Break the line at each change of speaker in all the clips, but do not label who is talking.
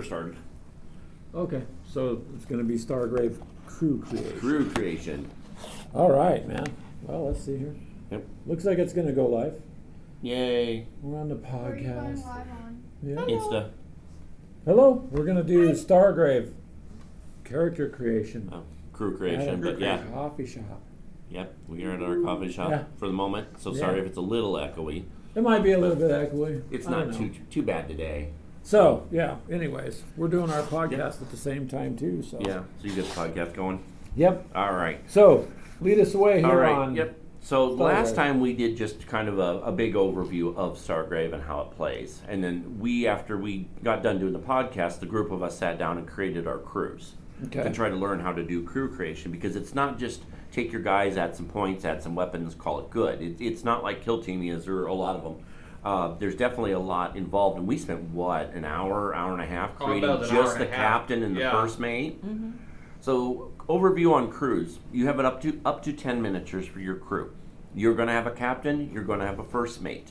We're starting.
Okay, so it's gonna be Stargrave Crew Creation.
Crew creation.
All right, man. Well, let's see here.
Yep.
Looks like it's gonna go live.
Yay.
We're on the
Where are you going live
podcast.
on?
Yeah.
Insta.
Hello, we're gonna do Stargrave character creation.
Oh, crew
at a
creation, but yeah.
Coffee shop.
Yep. We are at our coffee shop
Yeah.
for the moment, so
Yeah.
sorry if it's a little echoey.
It might be a little bit echoey.
It's
I don't
not
know.
too too bad today.
So, yeah, anyways, we're doing our podcast at the same time too, so.
Yeah. So you get the podcast going.
Yep,
All right.
so lead us away
All
here
right.
on.
Yep. So last
Stargrave.
time we did just kind of a, a big overview of Stargrave and how it plays, and then we after we got done doing the podcast, the group of us sat down and created our crews. to
Okay,
try to learn how to do crew creation because it's not just take your guys, add some points, add some weapons, call it good. It, it's not like kill team is or a lot of them. Uh, there's definitely a lot involved, and we spent what an hour, hour and a half
Oh, about
creating
an hour
just
and
the
a half.
captain and
Yeah.
the first mate. So overview on crews: you have it up to up to ten miniatures for your crew. You're going to have a captain. You're going to have a first mate.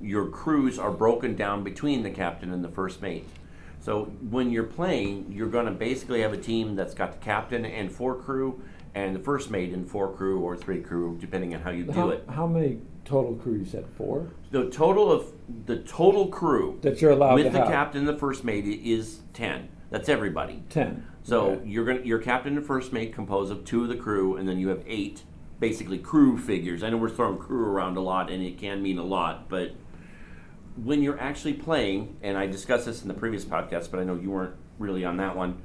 Your crews are broken down between the captain and the first mate. So when you're playing, you're going to basically have a team that's got the captain and four crew, and the first mate and four crew or three crew, depending on how you do
how,
it.
how many total crew you said, four,
The total of the total crew
that you're allowed to
with
have?
the captain and the first mate i- is ten. That's everybody.
Ten.
So
Okay.
you're gonna your captain and first mate compose of two of the crew, and then you have eight basically crew figures. I know we're throwing crew around a lot, and it can mean a lot, but when you're actually playing, and I discussed this in the previous podcast, but I know you weren't really on that one.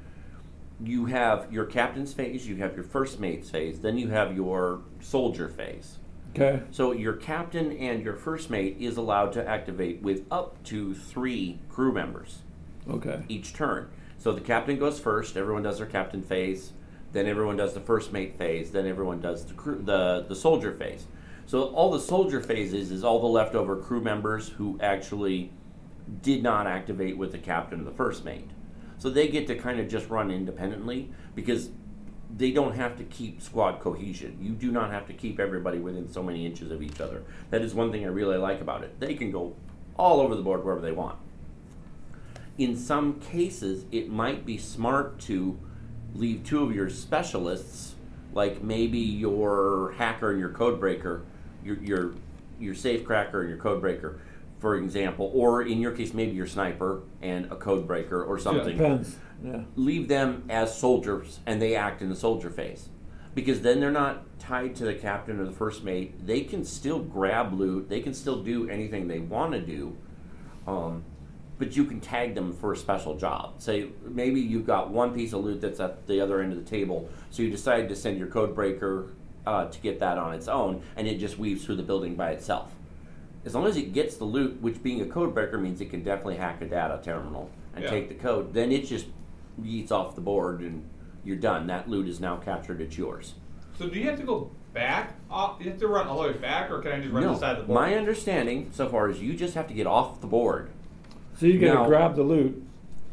You have your captain's phase, you have your first mate's phase, then you have your soldier phase.
Okay.
So your captain and your first mate is allowed to activate with up to three crew members
Okay.
each turn. So the captain goes first. Everyone does their captain phase. Then everyone does the first mate phase. Then everyone does the crew, the the soldier phase. So all the soldier phases is all the leftover crew members who actually did not activate with the captain or the first mate. So they get to kind of just run independently because they don't have to keep squad cohesion. You do not have to keep everybody within so many inches of each other. That is one thing I really like about it. They can go all over the board wherever they want in some cases, it might be smart to leave two of your specialists, like maybe your hacker and your code breaker, your your your safe cracker and your code breaker, for example, or in your case, maybe your sniper and a code breaker or something
Depends. Yeah.
leave them as soldiers and they act in the soldier phase because then they're not tied to the captain or the first mate they can still grab loot they can still do anything they want to do um, but you can tag them for a special job say maybe you've got one piece of loot that's at the other end of the table so you decide to send your code breaker uh, to get that on its own and it just weaves through the building by itself as long as it gets the loot, which being a code breaker means it can definitely hack a data terminal and
Yeah.
take the code, then it just yeets off the board and you're done. That loot is now captured, it's yours.
So do you have to go back? Off, you have to run all the way back, or can I just run to the side of the board?
my understanding so far is you just have to get off the board.
So you gotta
Now-
grab the loot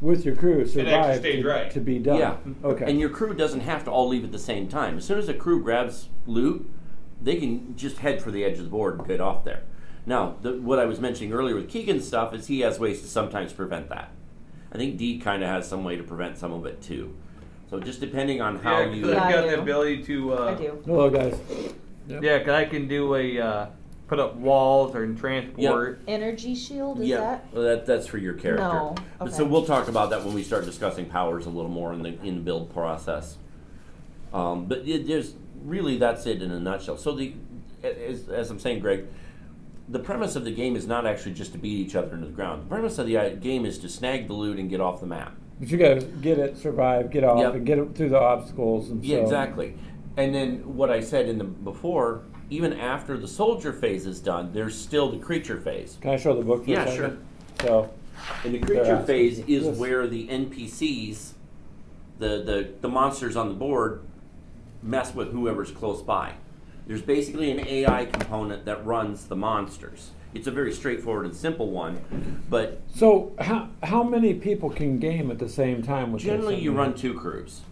with your crew, survive
stayed
to,
right.
to be done.
Yeah.
Okay.
And your crew doesn't have to all leave at the same time. As soon as a crew grabs loot, they can just head for the edge of the board and get off there. Now, the, what I was mentioning earlier with Keegan's stuff is he has ways to sometimes prevent that. I think D kind of has some way to prevent some of it too. So just depending on how
Yeah, 'cause
you.
Yeah,
I've
I
got the
do.
ability to. Uh,
I do.
Hello guys.
Yeah, 'cause I can do a uh, put up walls or transport.
Energy shield is
yeah,
that?
well, that that's for your character.
No,
But- So
okay.
we'll talk about that when we start discussing powers a little more in the in the build process. Um, but it, there's really that's it in a nutshell. So the a- as, as I'm saying, Greg, the premise of the game is not actually just to beat each other into the ground. The premise of the uh, game is to snag the loot and get off the map.
But you gotta get it, survive, get off,
Yep.
and get it through the obstacles and
Yeah,
so-
exactly. And then what I said in the before, even after the soldier phase is done, there's still the creature phase.
Can I show the book for
Yeah,
a second? Yeah, sure. So
And the
They're
creature
asking
phase
for
is
this.
where the NPCs, the, the the monsters on the board, mess with whoever's close by. There's basically an AI component that runs the monsters. It's a very straightforward and simple one, but
so how how many people can game at the same time with this?
generally
I
you
mean,
run two crews.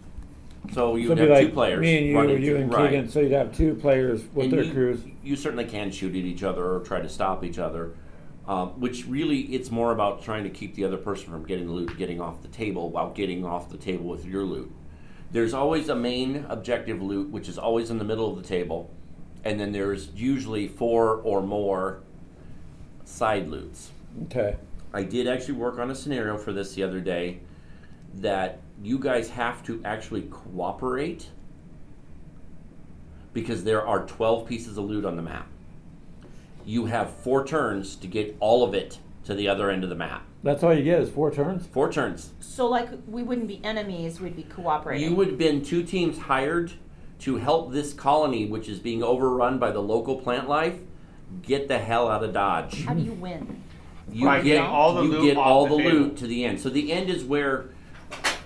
So you
so
would
it'd
have
be
two
like
players.
Me and you,
running
you
two-
and
right.
Keegan, so you'd have two players with
And
their
you,
crews.
You certainly can shoot at each other or try to stop each other. um, which really it's more about trying to keep the other person from getting the loot, getting off the table while getting off the table with your loot. There's always a main objective loot, which is always in the middle of the table, and then there's usually four or more side loots.
Okay.
I did actually work on a scenario for this the other day that you guys have to actually cooperate because there are 12 pieces of loot on the map. You have four turns to get all of it to the other end of the map.
That's all you get is four turns?
Four turns.
So like we wouldn't be enemies, we'd be cooperating.
You would have been two teams hired to help this colony, which is being overrun by the local plant life, get the hell out of Dodge.
How do you win?
You
By
get
getting all the
you
loot
get
off
all the,
the table.
loot to the end. So the end is where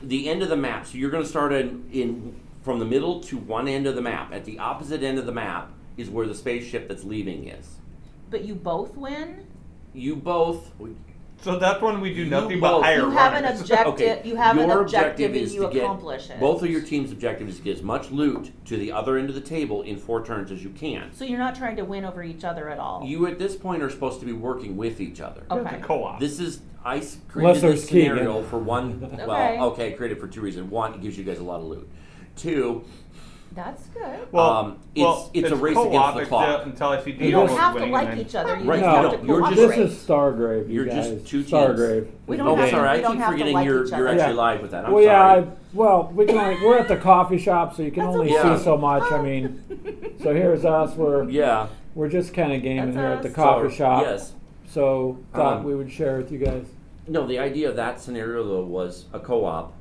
the end of the map. So you're going to start in, in from the middle to one end of the map. At the opposite end of the map is where the spaceship that's leaving is.
But you both win.
You both.
So that's when we do
You
nothing
both-
but hire
You have an
runners.
objective.
Okay,
You have an
your
objective, and
is
you
to get-
accomplish it.
Both of your team's objective is to get as much loot to the other end of the table in four turns as you can.
So you're not trying to win over each other at all.
You at this point are supposed to be working with each other.
Okay.
It's a co-op.
This is I s-
Unless
created
there's
this scenario
Keegan.
for one.
Okay.
Well, okay, I created for two reasons. One, it gives you guys a lot of loot. Two,
That's good.
well,
um, it's-
well,
it's a race
co-op
against the
except
clock.
Until I see
You
It
don't
is-
have to like each other. You
Right,
just
no,
have to
you're just-
cooperate.
This is Stargrave, you
You're
guys.
just two teams.
Stargrave.
We
is
don't
the
oh,
have
game.
to-
sorry,
we
I
don't
keep
have to
forgetting
like
you're
each
you're
other.
actually
Yeah.
live with that. I'm
Well, yeah,
sorry.
I, well, we can only, we're at the coffee shop, so you can
That's Oh.
only
okay.
see so much. I mean, so here's us. We're
yeah.
we're just kind of gaming
That's
here at the
us.
coffee
So,
shop.
Yes.
So thought
Um,
we would share with you guys.
No, the idea of that scenario though was a co-op,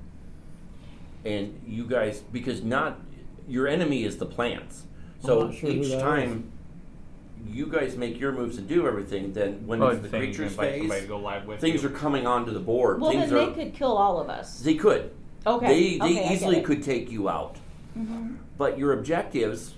and you guys because not your enemy is the plants. So
not sure who
each
that
time you guys make your moves and do everything, then when
Oh,
it's the
thing,
creatures
invite somebody to
phase,
go live with
things
you.
are coming onto the board.
Well,
things
then
are
they could kill all of us.
they could
Okay.
They, they
okay, I get
easily
it. Mm-hmm.
could take you out. But your objectives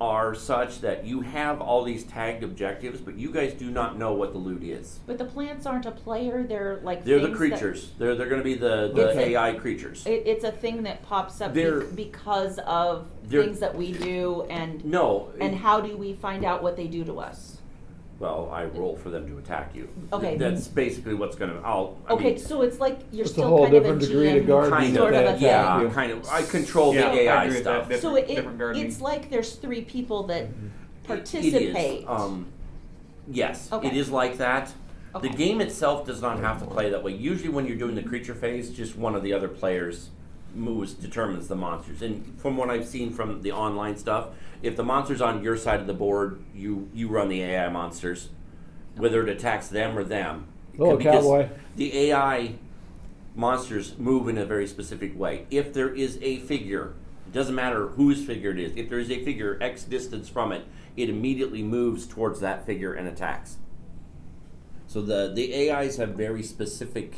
are such that you have all these tagged objectives, but you guys do not know what the loot is.
But the plants aren't a player. They're like
They're the
things that-
creatures. They're they're going to be the, the
Okay.
AI creatures.
It, it's a thing that pops up bec-
They're-
because of
they're-
things that we do and
no.
and
it-
how do we find out what they do to us?
well, I roll for them to attack you.
Okay.
That's basically what's going to. I'll. I
Okay,
mean,
so it's like you're
It's a
still
whole
kind of
different
a
degree of
GM
gardening
kind
sort
that
of
of.
a
they
yeah.
have you.
Kind of. I control
Yeah, I
the AI
agree with that.
stuff.
thing.
It-
So it,
different gardening.
it's like there's three people that
Mm-hmm.
It
participate.
is, um, yes, it
Okay.
is like that.
Okay.
The game itself does not have to play that way. Usually, when you're doing the creature phase, just one of the other players moves determines the monsters. And from what I've seen from the online stuff, if the monster's on your side of the board, you you run the AI monsters, whether it attacks them or them.
Oh,
Because
cowboy.
The AI monsters move in a very specific way. If there is a figure, it doesn't matter whose figure it is, if there is a figure X distance from it, it immediately moves towards that figure and attacks. So the, the AIs have very specific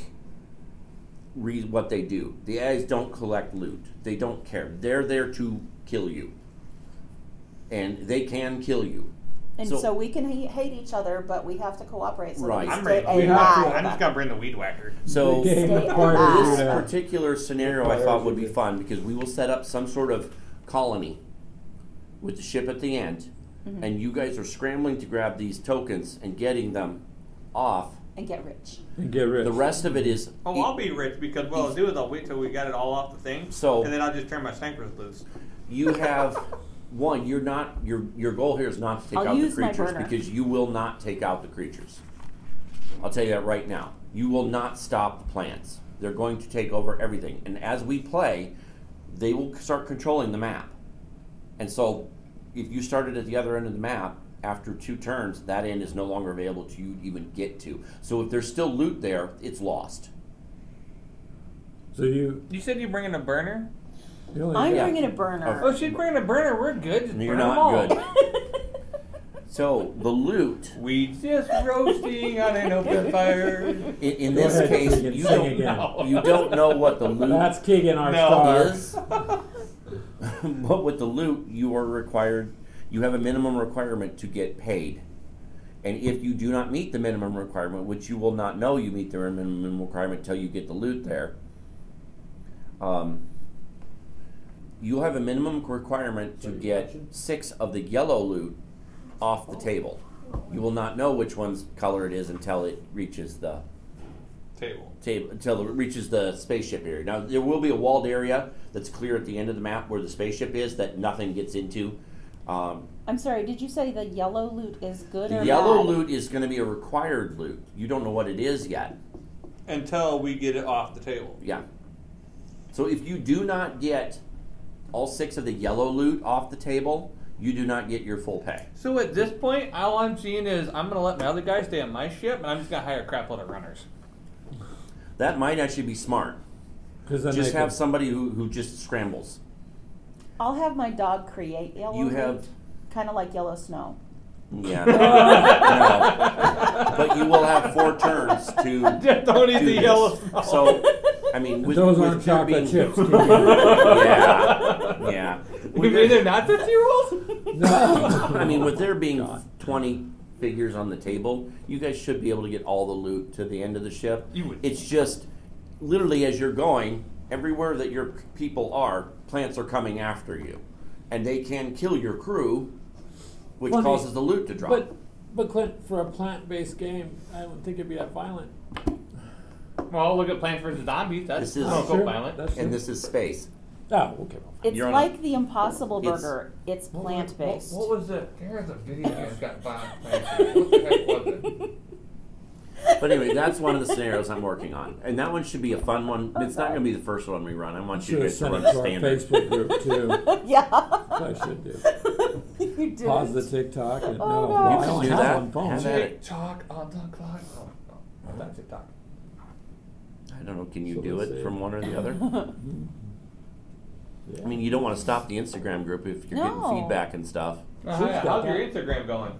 re- what they do. The AIs don't collect loot. They don't care. They're there to kill you. And they can kill you.
and
so-
so, we can ha- hate each other, but we have to cooperate. So
Right.
that we
I'm
stay
ready. We have
alive.
to. I'm just gonna bring the weed whacker.
So
The game
Stay
of parties,
this
alive.
yeah.
particular scenario I thought would be fun because we will set up some sort of colony with the ship at the end, and you guys are scrambling to grab these tokens and getting them off.
and get rich.
And get rid.
The rest of it is
Oh, I'll be rich because what I'll do is I'll wait till we got it all off the thing,
So-
and then I'll just turn my snipers loose.
you have one. You're not your your goal here is not to take
I'll
out the
use my
creatures
burner.
because you will not take out the creatures. I'll tell you that right now. You will not stop the plants. They're going to take over everything, and as we play, they will start controlling the map. And so, if you started at the other end of the map after two turns, that end is no longer available to you to even get to. So if there's still loot there, it's lost.
So you,
You said you bringing a burner?
you only
I'm
Yeah.
bringing a burner.
Oh,
she's bringing a burner. We're good. Just
You're not good. So the loot
We just roasting on an open fire.
in, in
Go
this
ahead,
case,
Keegan,
you
sing
don't
again.
No.
you don't know what the loot
that's Keegan, our
No.
star.
is but with the loot you are required you have a minimum requirement to get paid and if you do not meet the minimum requirement which you will not know you meet the minimum requirement until you get the loot there um, you'll
Oh.
have a minimum requirement to get six of the yellow loot off the table You will not know which one's color it is until it reaches the
Table.
table until it reaches the spaceship area. Now there will be a walled area that's clear at the end of the map where the spaceship is that nothing gets into. Um,
I'm sorry, did you say the yellow loot is good or
the yellow
bad?
loot is going to be a required loot. You don't know what it is yet.
Until we get it off the table.
Yeah. So if you do not get all six of the yellow loot off the table, you do not get your full pay.
So at this point, all I'm seeing is I'm gonna let my other guy stay on my ship, and I'm just gonna hire a crapload of runners.
That might actually be smart.
Cause then they
just
can,
have somebody who, who just scrambles.
I'll have my dog create yellow
You have-
kind of like yellow snow.
Yeah. No. But you will have four turns to
Don't eat
do
the
this.
yellow.
So, I mean, with,
those
with
aren't
your
chocolate
being-
chips. Keith.
Yeah, yeah.
You mean they're not Oh, fifty year olds?
No.
I mean, with there being twenty figures on the table, you guys should be able to get all the loot to the end of the ship.
You would.
It's just literally as you're going, everywhere that your people are, plants are coming after you, and they can kill your crew, which
Well, I mean,
causes the loot to drop.
But, but Clint, for a plant-based game, I don't think it'd be that violent.
Well, look at Plants vs Zombies. That's
This is-
that's
Oh,
so
sure.
violent.
That's
and
true.
this is space.
Oh, okay. well.
It's
You're on a-
like the Impossible
It's-
Burger. It's plant based.
What, what was it? There was a video game that got violent. played. What the heck was it?
But anyway, that's one of the scenarios I'm working on, and that one should be a fun one. It's not going to be the first one we run. I want you
Should
guys to run
have sent it to
standard.
our Facebook group too.
yeah.
I should do.
you did.
Pause the TikTok and no.
Oh, no.
Well,
You
I
can
only
do
have
that.
one phone.
Have at it.
TikTok on the clock. Oh, no. Not TikTok.
I don't know. Can you
So
do
let's
it
see.
from one or the other?
Yeah.
I mean, you don't want to stop the Instagram group if you're
No.
getting feedback and stuff.
Uh,
She's got
how's your
that.
Instagram going?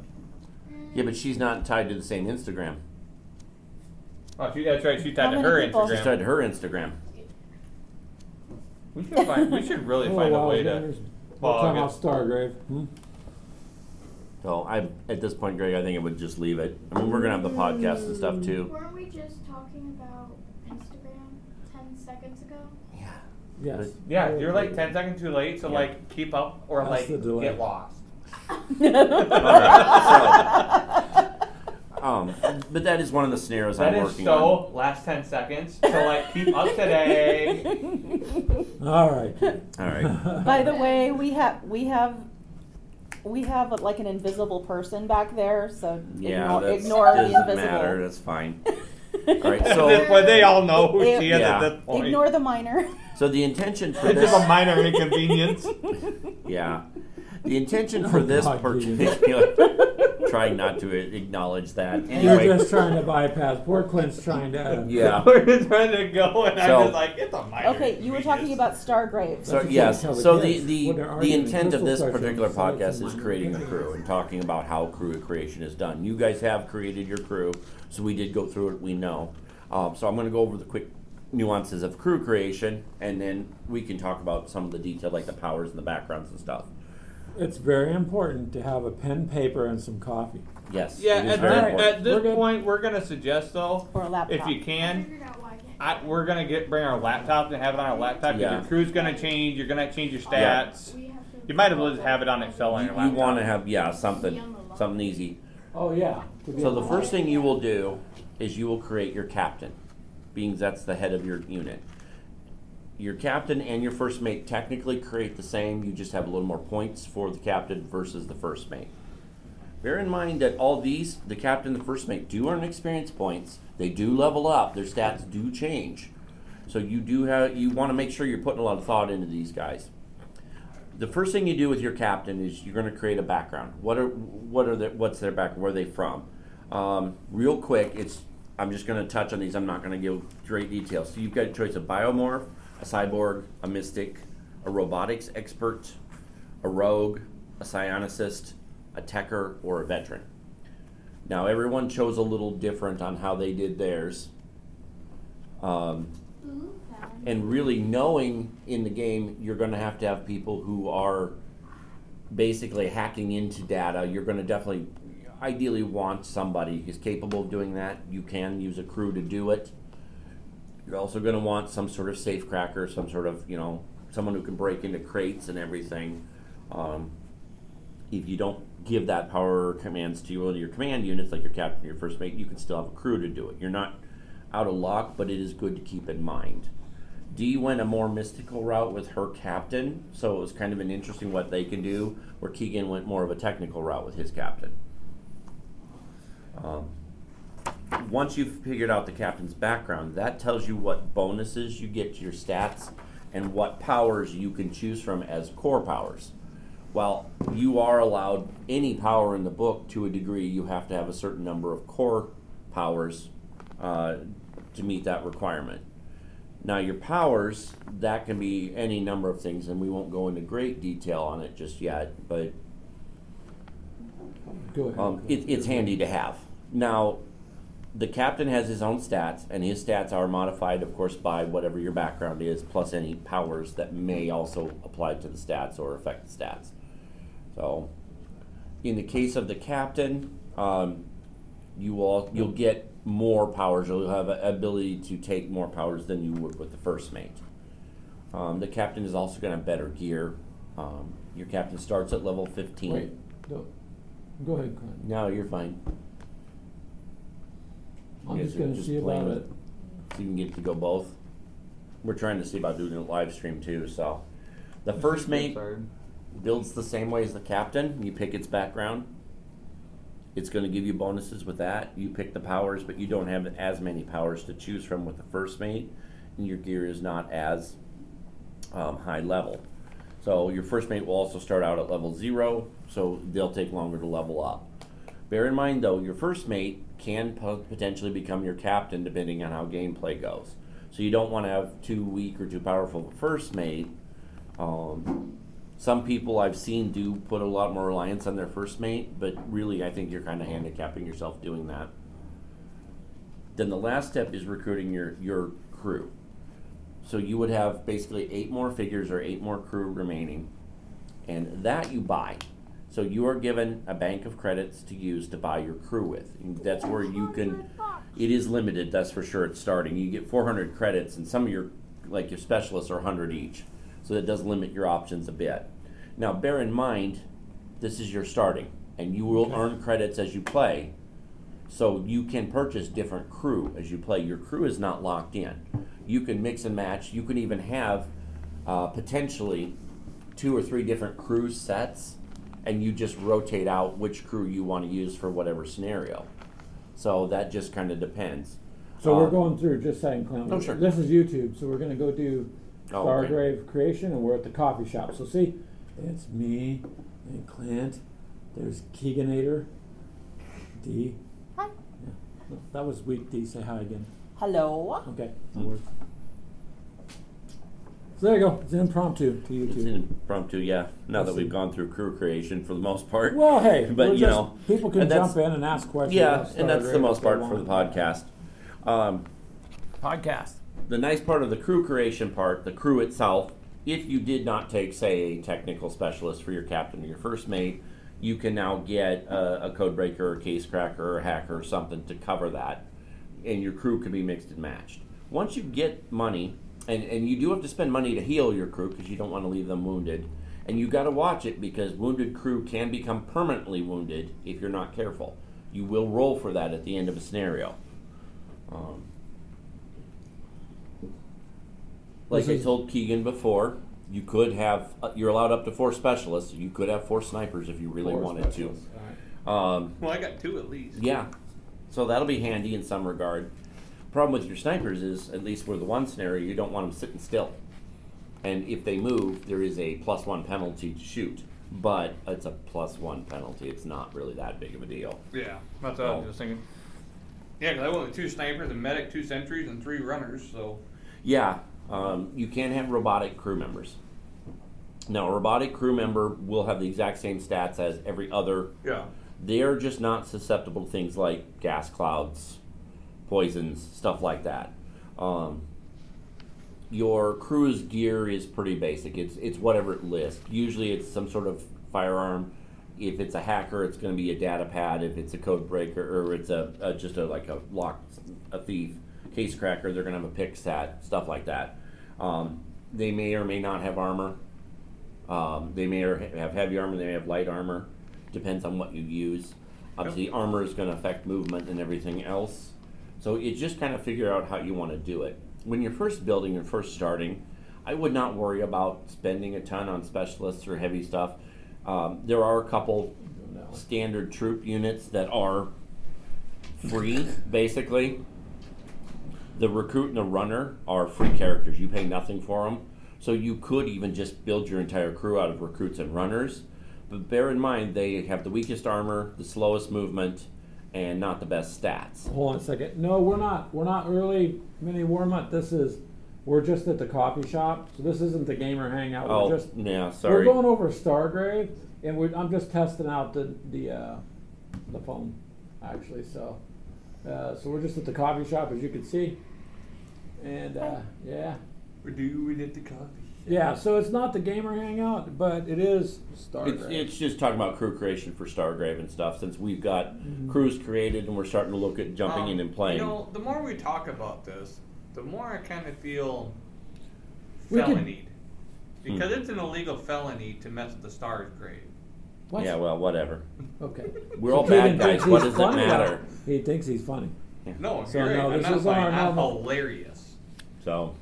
Yeah, but she's not tied to the same Instagram.
Oh, she, that's right. She
How
tied to
many
her
people-
She's
Instagram.
tied to her Instagram.
We should find. We should really
Oh,
find
wow,
a way
yeah,
to.
there's- We're
Well,
talking
I
about
guess-
Stargrave. Hmm?
So I, at this point, Greg, I think I would just leave it. I mean, we're gonna have the podcast and stuff too.
Weren't we just talking about Instagram 10 seconds ago?
Yeah.
Yes.
yeah, you're like ten seconds too late. So
Yeah.
like, keep up or
That's the
like
delay.
get lost.
All right. So, um, but that is one of the scenarios I'm
That is
working
so
on.
last ten seconds. So like, keep up today.
All right.
All right.
By the way, we have we have we have like an invisible person back there, so
Yeah,
ignore,
that's,
ignore the
doesn't
invisible.
matter. That's fine. All right. So,
That's
but they all know who she is
Yeah.
at this point.
Ignore the minor.
so the intention for
It's
this,
just a minor inconvenience.
yeah, the intention for this
Oh God,
particular, trying not to acknowledge that
You're
anyway.
just trying to bypass. Poor Clint's trying to.
Yeah.
We're just trying to go, and
So-
I'm just like, it's a minor.
okay, you were talking
inconvenience.
about Stargrave.
So
That's what you
yes.
tell the
So the
kids
the,
when they're
the
arguing.
intent of
Crystal
this
starts on
particular
the side
podcast
from
is
mine.
creating the crew and talking about how crew creation is done. You guys have created your crew, so we did go through it. We know. Um, so I'm going to go over the quick nuances of crew creation, and then we can talk about some of the detail, like the powers and the backgrounds and stuff.
It's very important to have a pen, paper, and some coffee.
Yes.
Yeah,
it is
at,
very
this-
right.
important.
at
We're
this
good.
point, we're gonna suggest though,
Or a
if
laptop.
you
I
can,
figured out why I can't.
I, we're gonna get bring our laptops and have it on our laptop. 'cause
Yeah.
Your crew's gonna change. You're gonna change your
Yeah.
stats.
We have to-
You might as well just have it on Excel on
You,
your laptop.
want to have yeah something something easy.
Oh yeah. To be
So
a-
the first thing you will do is you will create your captain, being that's the head of your unit. Your captain and your first mate technically create the same, you just have a little more points for the captain versus the first mate. Bear in mind that all these, the captain and the first mate, do earn experience points. They do level up, their stats do change. So you do have you want to make sure you're putting a lot of thought into these guys the first thing you do with your captain is you're going to create a background. What are what are their, what's their background? Where are they from? Um, real quick, it's I'm just going to touch on these. I'm not going to give great details. So you've got a choice of biomorph, a cyborg, a mystic, a robotics expert, a rogue, a psionicist, a techer, or a veteran. Now everyone chose a little different on how they did theirs. Um,
Ooh, found
and really knowing in the game you're going to have to have people who are basically hacking into data you're going to definitely ideally want somebody who's capable of doing that you can use a crew to do it you're also going to want some sort of safe cracker some sort of you know someone who can break into crates and everything um, if you don't give that power or commands to one of your command units, like your captain or your first mate, you can still have a crew to do it. You're not out of luck, but it is good to keep in mind. Dee went a more mystical route with her captain, so it was kind of an interesting what they can do, where Keegan went more of a technical route with his captain. Um, once you've figured out the captain's background, that tells you what bonuses you get to your stats and what powers you can choose from as core powers. While you are allowed any power in the book to a degree, you have to have a certain number of core powers uh, to meet that requirement. Now, your powers, that can be any number of things, and we won't go into great detail on it just yet, but
Go ahead.
um, it, it's handy to have. Now, the captain has his own stats, and his stats are modified, of course, by whatever your background is, plus any powers that may also apply to the stats or affect the stats. So, in the case of the captain, um, you will you'll get more powers. You'll have an ability to take more powers than you would with the first mate. Um, the captain is also going to have better gear. Um, your captain starts at level fifteen.
Wait, no, go ahead, Glenn.
No, you're fine.
I'm
You
just
guys are
gonna see
playing
about
with-
it.
So you can get to go both. We're trying to see about doing it live stream too. So, the first mate builds the same way as the captain. You pick its background. It's going to give you bonuses with that. You pick the powers, but you don't have as many powers to choose from with the first mate, and your gear is not as um, high level. So your first mate will also start out at level zero, so they'll take longer to level up. Bear in mind, though, your first mate can po- potentially become your captain depending on how gameplay goes. So you don't want to have too weak or too powerful of a first mate. Um, some people I've seen do put a lot more reliance on their first mate, but really I think you're kind of handicapping yourself doing that. Then the last step is recruiting your, your crew. So you would have basically eight more figures or eight more crew remaining, and that you buy. So you are given a bank of credits to use to buy your crew with. And that's where you can. It is limited, that's for sure. It's starting. You get 400 credits, and some of your like your specialists are 100 each. So that does limit your options a bit. Now, bear in mind, this is your starting, and you will earn credits as you play. So you can purchase different crew as you play. Your crew is not locked in. You can mix and match. You can even have uh, potentially two or three different crew sets, and you just rotate out which crew you want to use for whatever scenario. So that just kind of depends.
So we're
Um,
going through, just saying, Clem.
Oh, sure.
This is YouTube, so we're gonna go do
Oh, okay.
Stargrave Creation, and we're at the coffee shop. So see, it's me and Clint. There's Keeganator, D.
Hi.
Yeah. No, That was weak D. Say hi again.
Hello.
Okay. that
Hmm.
works. So there you go. It's impromptu to
It's
YouTube.
impromptu, yeah. Now that
Let's
we've
see.
gone through crew creation for the most part.
Well, hey,
But,
we're
you
just-
know,
people can
and that's-
jump in and ask questions.
yeah,
about
and that's the
Stargrave
most
if they
part for the
want.
podcast. Um,
Podcast.
the nice part of the crew creation part, the crew itself, if you did not take, say, a technical specialist for your captain or your first mate, you can now get a, a code breaker or case cracker or hacker or something to cover that, and your crew can be mixed and matched. Once you get money, and, and you do have to spend money to heal your crew because you don't want to leave them wounded, and you got to watch it because wounded crew can become permanently wounded if you're not careful. You will roll for that at the end of a scenario. Um, like
This
I
is-
told Keegan before, you could have uh, you're allowed up to four specialists. You could have four snipers if you really
Four
wanted
specials, all right.
to. Um,
Well, I got two at least.
yeah, so that'll be handy in some regard. Problem with your snipers is, at least for the one scenario, you don't want them sitting still. And if they move, there is a plus one penalty to shoot, but it's a plus one penalty. It's not really that big of a deal.
Yeah, that's what I
Oh.
was just thinking. Yeah, 'cause I went with two snipers, a medic, two sentries, and three runners. So
Yeah, um, you can have robotic crew members. Now, a robotic crew member will have the exact same stats as every other
yeah,
they're just not susceptible to things like gas clouds, poisons, stuff like that. Um, your crew's gear is pretty basic. It's it's whatever it lists. Usually, it's some sort of firearm. If it's a hacker, it's going to be a data pad. If it's a code breaker, or it's a, a just a like a lock, a thief, case cracker, they're going to have a pick stat, stuff like that. Um, they may or may not have armor. Um, they may or ha- have heavy armor. They may have light armor. depends on what you use. Obviously, armor is going to affect movement and everything else. So you just kind of figure out how you want to do it. When you're first building and first starting, I would not worry about spending a ton on specialists or heavy stuff. Um, there are a couple standard troop units that are free, basically. The recruit and the runner are free characters. You pay nothing for them. So you could even just build your entire crew out of recruits and runners. But bear in mind, they have the weakest armor, the slowest movement, and not the best stats.
Hold on a second. No, we're not. We're not really mini warm up. This is. We're just at the coffee shop, so this isn't the gamer hangout.
Oh,
we're just.
yeah, sorry.
We're going over Stargrave, and we're, I'm just testing out the the uh, the phone, actually. So, uh, so we're just at the coffee shop, as you can see, and uh, yeah,
We're doing it the coffee.
yeah. So it's not the gamer hangout, but it is Stargrave.
It's, it's just talking about crew creation for Stargrave and stuff, since we've got
Mm-hmm.
crews created and we're starting to look at jumping
Um,
in and playing.
You know, the more we talk about this, the more I kind of feel
We can-
felonied.
Hmm.
Because it's an illegal felony to mess with the stars grade.
What?
Yeah, well, whatever.
Okay.
We're
So
all bad
Keegan
guys.
thinks
What
he's
does it
funny.
matter?
He thinks he's funny.
No,
So,
you're right.
no,
I'm
this
not
is
funny.
our
I'm
normal-
hilarious.
So,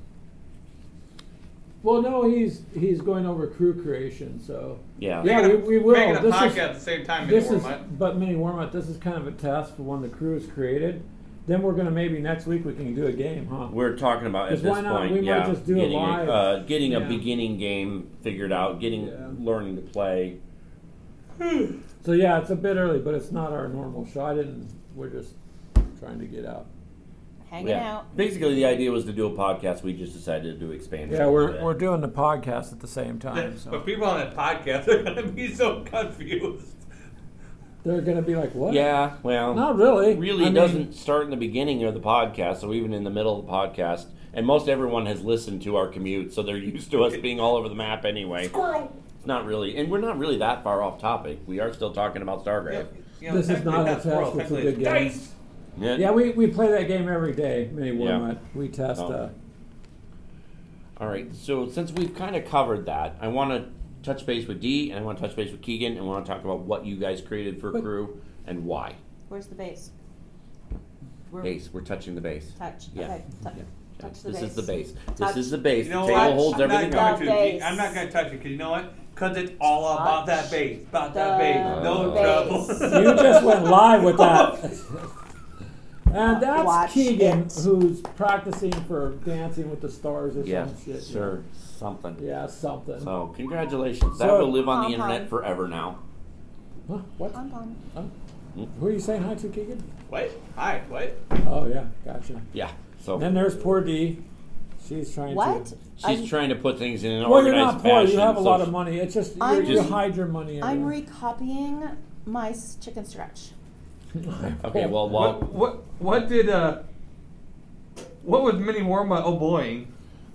Well, no, he's he's going over crew creation, so
yeah.
Yeah,
Making a-
we- we will.
Making a
This is-
podcast at the same time
this
anymore,
is. But mini warm up. This is kind of a test for when the crew is created. Then we're gonna maybe next week we can do a game, huh?
We're talking about at
Because
this
why not?
point,
We might
yeah,
just do it
getting, a-
live.
uh, getting
Yeah.
a beginning game figured out, getting
Yeah.
learning to play.
So yeah, it's a bit early, but it's not our normal show. I didn't. We're just trying to get out.
Hanging
yeah.
out.
Basically, the idea was to do a podcast. We just decided to expand. it a
Yeah,
little
we're
bit.
we're doing the podcast at the same time, so
But people on that podcast are going to be so confused.
they're gonna be like, "What?
Yeah, well,
Not really.
Really,
I
it
mean-
doesn't start in the beginning of the podcast, so even in the middle of the podcast. And most everyone has listened to our commute, so they're used to us being all over the map anyway.
Squirrel.
It's not really, and we're not really that far off topic. We are still talking about Stargrave.
You know,
This is not
technically
a test,
squirrel,
it's a
technically
good game.
dice.
Yeah.
Yeah, we, we play that game every day. Mini
Yeah.
warm up. We test.
Oh.
Uh,
All right. So since we've kind of covered that, I want to touch base with Dee, and I want to touch base with Keegan, and want to talk about what you guys created for
But-
crew and why.
Where's the base? We're
Base. We're touching the base.
touch.
Yeah.
Okay. Tou-
Yeah.
Touch the
this
base.
is the base.
Touch-
This is the base.
You know
the
what?
table holds
I'm not
everything.
going
on
up.
to.
Base.
I'm not going to touch it because you know what? Because it's all about that base. About that
The
base. No
base.
trouble.
you just went live with that. And that's
Watch
Keegan,
it.
who's practicing for Dancing with the Stars or
Yeah,
some shit.
sir. Something.
Yeah, something.
So congratulations. That
So- uh-huh.
will live on the
Pom-pom.
internet forever now.
Huh? What?
Pom pom.
Who are you saying hi to, Keegan?
What? Hi, what?
Oh yeah, gotcha.
Yeah. So
Then there's poor D. She's trying
What?
to.
she's
I'm,
trying to put things in an
Well, you're
organized
not poor.
fashion.
You have a
so
lot
she-
of money. It's just
I'm
you you
just-
hide your money.
I'm
everywhere.
recopying my s- chicken scratch.
Okay. Well, while
What, what, what did, uh, what was mini warm up? Oh, boy.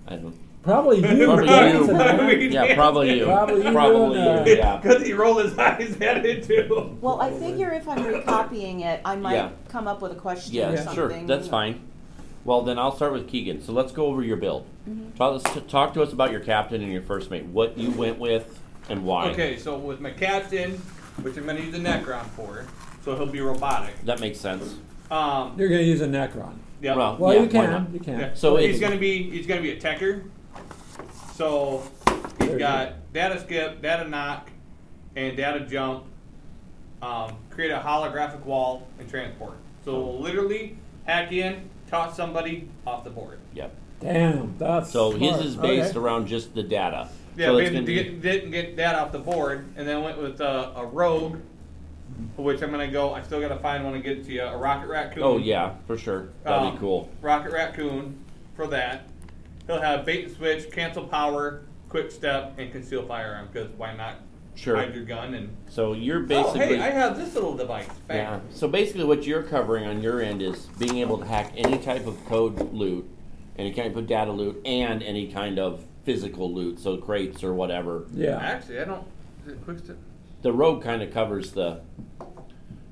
I don't,
Probably you.
Probably
dancing,
you.
man.
yeah, probably you.
Probably you uh,
Probably
doing
you,
that.
Yeah.
Because he rolled his eyes at it too.
Well, I figure if I'm recopying it, I might
Yeah.
come up with a question
Yeah,
or
Yeah.
something.
sure. That's fine. Well, then I'll start with Keegan. So let's go over your build.
Mm-hmm.
Talk, let's t- talk to us about your captain and your first mate. What you went with and why.
Okay, so with my captain, which I'm going to use the Necron for, so he'll be robotic.
That makes sense.
Um,
You're gonna use a Necron.
yeah.
Well,
Well,
Yeah,
you
why
can.
not?
You can.
Yeah.
So
So he's
it's-
gonna be he's gonna be a techer. So
There
he's
you
got data skip, data knock, and data jump. Um, create a holographic wall and transport. So
Oh.
we'll literally hack in, toss somebody off the board.
Yep.
Damn, that's
So his
smart.
is based
Okay.
around just the data.
Yeah,
so
we
it's gonna be-
didn't get, didn't get that off the board, and then went with uh, a rogue, which I'm gonna go. I still gotta find one and get to you. A rocket raccoon.
Mm-hmm. Oh yeah, for sure. That'd be
Um,
cool.
Rocket Raccoon for that. He'll have bait and switch, cancel power, quick step, and conceal firearm. Because why not
Sure.
hide your gun and?
So you're
Oh,
basically
hey, I have this little device.
yeah.
Bang.
So basically, what you're covering on your end is being able to hack any type of code loot, any kind of data loot, and any kind of physical loot, so crates or whatever.
Yeah.
Actually, I don't. is it Quick step.
The rogue kind of covers the.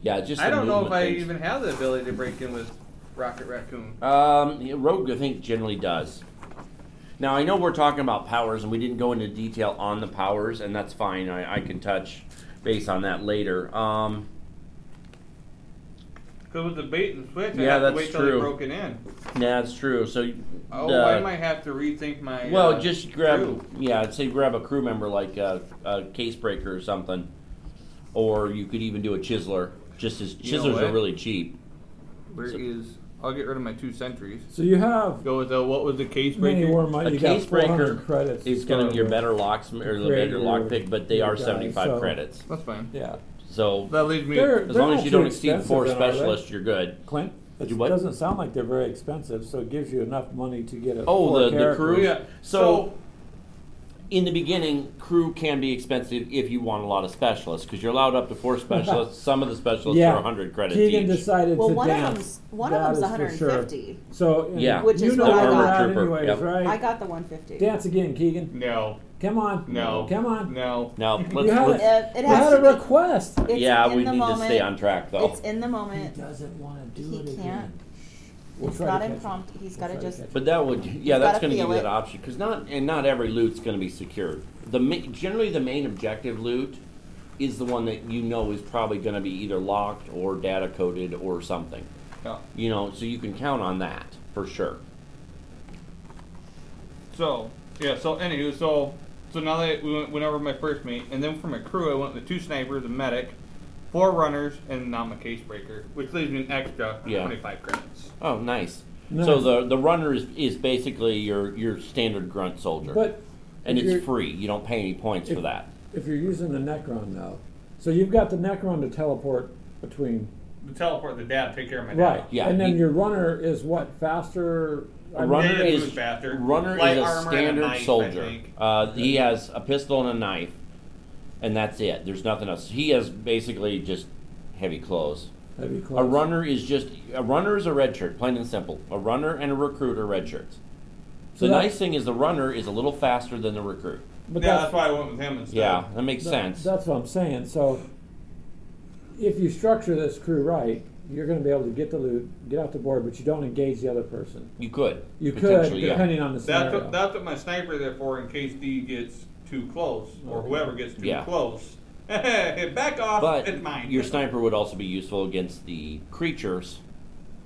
Yeah, just.
I
the
don't know if
movement
I
things.
even have the ability to break in with Rocket Raccoon.
Um, yeah, Rogue, I think, generally does. Now, I know we're talking about powers, and we didn't go into detail on the powers, and that's fine. I, I can touch base on that later. Um,
Because with the bait and switch, I
Yeah,
have to
that's
wait till
true.
they're broken in.
yeah, that's true. So,
Oh,
the-
I might have to rethink my.
well,
uh,
just grab
crew.
yeah, I'd say grab a crew member like a, a case breaker or something, or you could even do a chiseler. Just as
You know
chiselers are
what?
really cheap.
Where
So-
is- I'll get rid of my two sentries.
So you have
Go with the what was the case
many
breaker?
war money.
A
You
case
got 400
breaker
credits.
It's gonna
for-
your better locksmith or the
Great,
better
your-
lockpick, but they
your
are
guy,
seventy five
so-
credits.
That's fine.
Yeah.
So
That leaves me.
They're-
as long
not
as you
too
don't exceed
expensive
four
then, are they?
specialists, you're good.
Clint, it
You what?
doesn't sound like they're very expensive, so it gives you enough money to get a.
Oh,
four
the- the
characters.
crew?
yeah.
So- in the beginning, crew can be expensive if you want a lot of specialists because you're allowed up to four specialists. Some of the specialists
Yeah.
are 100 credits
Keegan
each.
decided
Well,
to
one of
dance.
them's one of
That
them's
is for
150.
sure. So and
Yeah.
Which
you
is
know
what I
where we're
got.
at anyways,
Yep.
right?
I got the 150.
dance again, Keegan.
No.
Come on.
No.
Come on.
No.
Now, let's,
You had
let's-
It, it
We
has
had
to
a
be-
request.
it's
yeah,
in
we
the
need to
moment.
stay on track though.
It's in the moment.
He doesn't want to do
He
it again.
can't.
We'll
it's
try to
not
catch him.
impromptu. He's got to
We'll try
just.
catch him.
But that would, yeah,
You've
that's
gotta
going to give
feel
you
it.
that option because not and not every loot's going to be secured. The ma- generally the main objective loot is the one that you know is probably going to be either locked or data coded or something.
Yeah.
You know, so you can count on that for sure.
So yeah. So anywho, so so now that we went, went over my first mate, and then for my crew, I went with two snipers, a medic, four runners, and now my case breaker, which leaves me an extra
Yeah.
twenty-five credits.
Oh, nice. So
Nice.
the the runner is, is basically your your standard grunt soldier.
But
and
if
it's
you're-
free. You don't pay any points for
If-
that.
if you're using the Necron though, so you've got the Necron to teleport between.
The teleport, the dad, take care of my dad.
Right.
Yeah,
And then
he-
your runner is what faster. I mean,
Runner
Yeah, he
is-
moves faster.
Runner
Light
is a
armor and
standard
knife, I
soldier.
think.
Uh, he has a pistol and a knife, and that's it. There's nothing else. He has basically just heavy clothes.
that'd be close.
A runner is just a runner is a red shirt, plain and simple. A runner and a recruit are red shirts.
So
the
that-
nice thing is the runner is a little faster than the recruit.
But
yeah,
that's-
that's why I went with him instead.
Yeah, that makes
That-
sense.
That's what I'm saying. So if you structure this crew right, you're going to be able to get the loot, get off the board, but you don't engage the other person.
you could.
You could,
potentially, yeah.
depending on the
That's
scenario.
what, that's what my sniper there for in case D gets too close or
Okay.
whoever gets too
Yeah.
close. Back off. it's
But
mine.
your sniper would also be useful against the creatures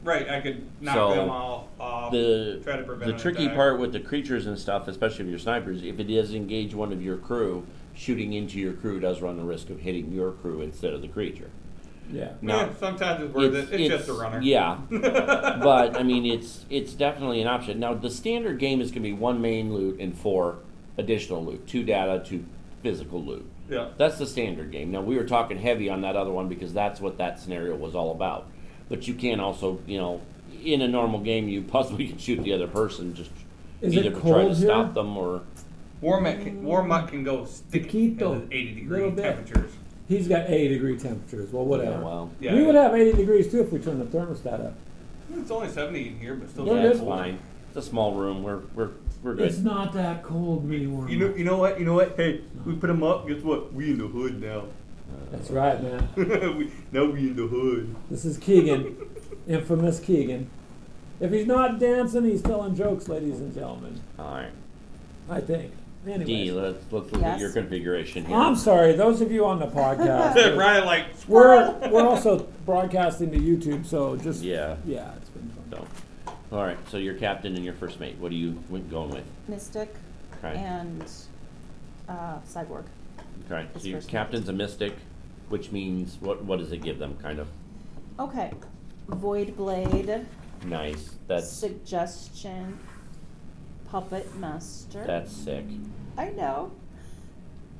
Right, I could knock
So,
them off. off
the
try to prevent
the
an
tricky
attack.
part with the creatures and stuff, especially if you're snipers, if it does engage one of your crew, shooting into your crew does run the risk of hitting your crew instead of the creature.
yeah.
Now,
Yeah, sometimes it's worth it. It's, just a runner.
Yeah, but I mean, it's it's definitely an option. Now, the standard game is going to be one main loot and four additional loot, two data, two physical loot.
Yeah.
That's the standard game. Now we were talking heavy on that other one because that's what that scenario was all about. But you can also, you know, in a normal game, you possibly can shoot the other person just
Is it
either to try to
cold here?
stop them or
Warmuck can, Warmuck can go sticky at
Taquito.
80 degree
Little bit.
temperatures.
He's got 80 degree temperatures. Well, whatever.
Yeah, well,
Yeah,
we would have 80 degrees too if we turned the thermostat up.
It's only 70 in here, but still
We're
yeah,
good.
it's fine. It's a small room. We're we're we're good.
It's not that cold, me warm.
You know, you know what? You know what? Hey, we put them up. Guess what? We in the hood now.
That's right, man.
we, now we in the hood.
This is Keegan, infamous Keegan. If he's not dancing, he's telling jokes, ladies and gentlemen.
all right,
I think.
D.
Anyway.
Let's let's look at
Yes.
your configuration here.
I'm sorry, those of you on the podcast.
Brian like
We're we're also broadcasting to YouTube, so just
Yeah.
yeah, it's been fun.
So, all right. So your captain and your first mate. What are you what going with?
Mystic
Okay.
and uh, Cyborg.
okay. So
It's
your
first mate.
captain's a mystic, which means what? What does it give them? Kind of
Okay. Void Blade.
nice. That's
Suggestion. Puppet Master.
that's sick.
I know.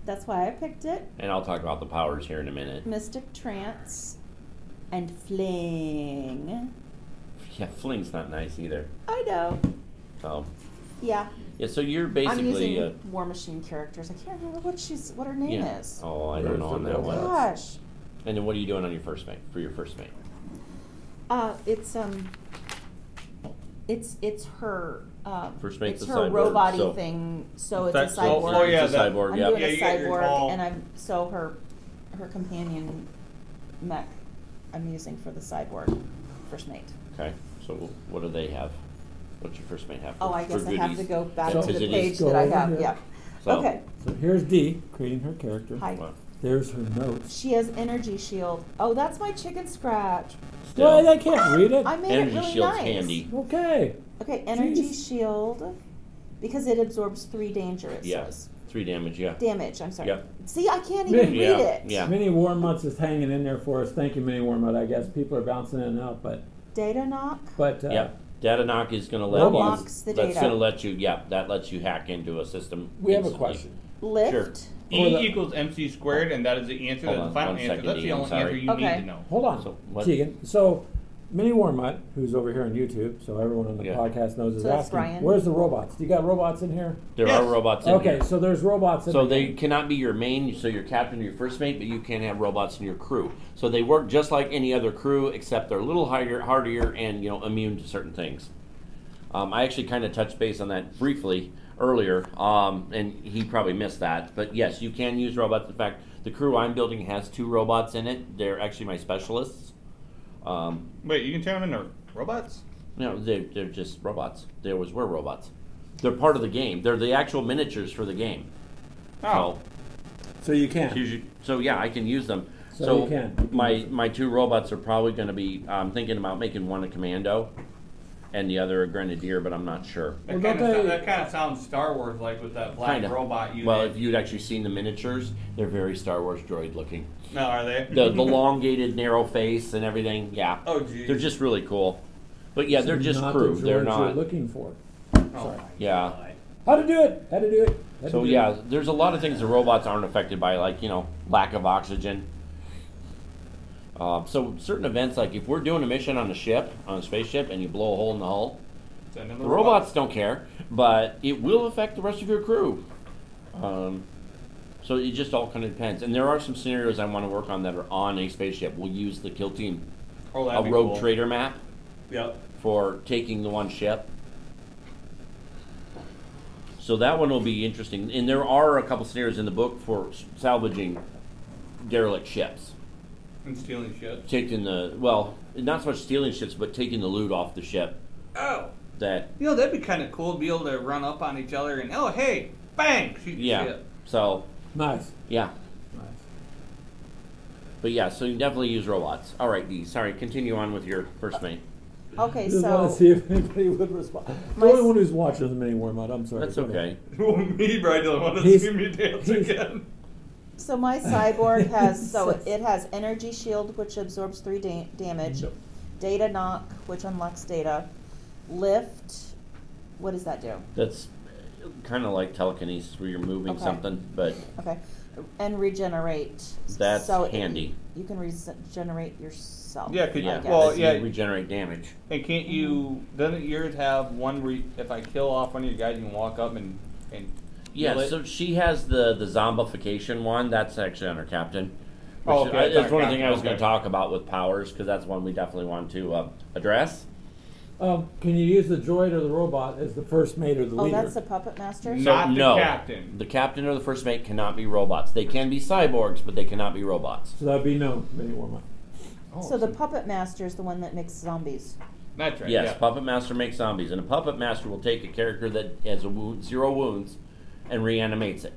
That's why I picked it.
And I'll talk about the powers here in a minute.
Mystic Trance. And Fling.
Yeah, fling's not nice either.
I know.
So
Yeah.
yeah, so you're
I'm
basically.
using
uh,
War Machine characters. I can't remember what she's what her name
yeah.
is.
Oh, I don't know on that one.
Gosh.
And then what are you doing on your first mate for your first mate?
Uh, it's um, it's it's her. Um,
First mate's
it's
a
her
cyborg,
robot
so-
thing. So it's
That's-
a
oh,
cyborg.
oh, yeah,
it's a
that-
cyborg.
I'm
yeah.
doing
Yeah,
a
you got your
cyborg,
tall-
and I'm so her, her companion, mech. I'm using for the cyborg, first mate.
Okay. So what do they have? What's your first mate have?
Oh, I
for
guess I have to
goodies?
go back
Yeah,
to the
goodies.
page
Go
that I
over
have.
here.
Yeah.
So-
Okay.
So here's Dee creating her character.
Hi.
Wow.
There's her notes.
She has energy shield. Oh, that's my chicken scratch.
Well, I can't read it.
I made
Energy
it really
shield's
nice.
handy.
Okay.
Okay, energy
Jeez.
shield because it absorbs three danger. It
Yeah.
says.
Three damage, yeah.
Damage. I'm sorry.
Yep.
See, I can't even
Yeah,
read it.
yeah.
Mini Warmuts is hanging in there for us. Thank you, Mini Warmut. I guess people are bouncing in and out, but
Data knock.
but uh,
Yep. Data knock is gonna
That
let you.
blocks the
That's
data.
gonna let you. Yeah, that lets you hack into a system.
we have a
instantly.
question.
Lift.
E
For the-
equals MC squared, and that is the answer.
Hold
That's
on
the final
one
answer.
second,
That's the
Ian,
only
sorry.
answer you
Okay.
need to know.
Hold on,
So, what-
Keegan. So, Mini Warmut, who's over here on YouTube, so everyone on the
Yeah.
podcast knows, is
So that's
asking,
Brian.
"Where's the robots? Do you got robots in here?"
There
Yes.
are robots in
okay,
here.
so there's robots in
So
the
they
game.
cannot be your main, so your captain or your first mate, but you can have robots in your crew. So they work just like any other crew, except they're a little harder, hardier, and you know immune to certain things. Um, I actually kind of touched base on that briefly earlier, um, and he probably missed that. But yes, you can use robots. In fact, the crew I'm building has two robots in it. They're actually my specialists. Um,
Wait, you can turn them into robots?
you know, they're, they're just robots. They always were robots. They're part of the game. They're the actual miniatures for the game.
Oh.
So,
So you can.
Use you- So yeah, I can use them.
So you can. You can use
my
them.
my two robots are probably going to be. I'm thinking about making one a commando, and the other a grenadier, but I'm not sure.
That
Well, don't
kind of
they-
that kind of sounds Star Wars like with that black
Kinda.
robot unit.
Well, if you'd actually seen the miniatures, they're very Star Wars droid looking.
no, are they?
The the elongated, narrow face and everything. Yeah,
oh, geez.
they're just really cool. But yeah,
So
they're just
not
crew.
The
They're
droids You're
not.
looking for.
Oh,
sorry.
my
Yeah.
God.
How to do it? How to do it? How to
So
do
yeah,
it.
there's a lot of things the robots aren't affected by, like you know lack of oxygen. Uh, so certain events, like if we're doing a mission on a ship, on a spaceship, and you blow a hole in the hull,
Send in
the robots don't care, but it will affect the rest of your crew. Um, so it just all kind of depends. And there are some scenarios I want to work on that are on a spaceship. We'll use the kill team,
Oh,
a
that'd be
rogue
cool.
trader map
Yep.
for taking the one ship. So that one will be interesting. And there are a couple scenarios in the book for salvaging derelict ships.
And stealing shit.
Taking the, well, not so much stealing ships, but taking the loot off the ship
Oh.
that,
You know, that'd be kind of cool to be able to run up on each other and, oh, hey, bang! Shoot the
yeah.
shit.
So,
Nice.
yeah.
Nice.
But yeah, so you definitely use robots. All right, D, sorry, continue on with your first mate.
Okay,
just want
so
to see if anybody would respond. The
My
only
s-
one who's watching is Mini Warmut. I'm
Uh,
sorry.
That's
Go ahead.
okay.
Well, me, bro, I don't want to
He's-
see me dance
he's-
again.
so my cyborg has so it, it has energy shield which absorbs three da- damage, data knock which unlocks data, lift. What does that do?
That's kind of like telekinesis where you're moving
Okay.
something, but
Okay, and regenerate.
that's
so it-
handy.
you can regenerate yourself.
Yeah, could-
I
Yeah,
guess.
well,
that's-
yeah.
you regenerate damage.
And can't you, doesn't yours have one where you- if I kill off one of your guys, you can walk up and. and
Yeah,
heal it?
so she has the the zombification one. That's actually on her captain. Which uh,
Oh,
is-
okay,
I-
it's on
that's
her
one thing I
captain,
was going to
okay.
talk about with powers because that's one we definitely want to uh, address.
Um, can you use the droid or the robot as the first mate or the
Oh,
leader?
that's the puppet master.
So,
Not the
no,
captain.
The captain or the first mate cannot be robots. They can be cyborgs, but they cannot be robots.
so that'd be no Mini Warmut.
Oh,
So the puppet master is the one that makes zombies.
That's right.
Yes,
yeah.
Puppet Master makes zombies, and a Puppet Master will take a character that has a wound, zero wounds and reanimates it.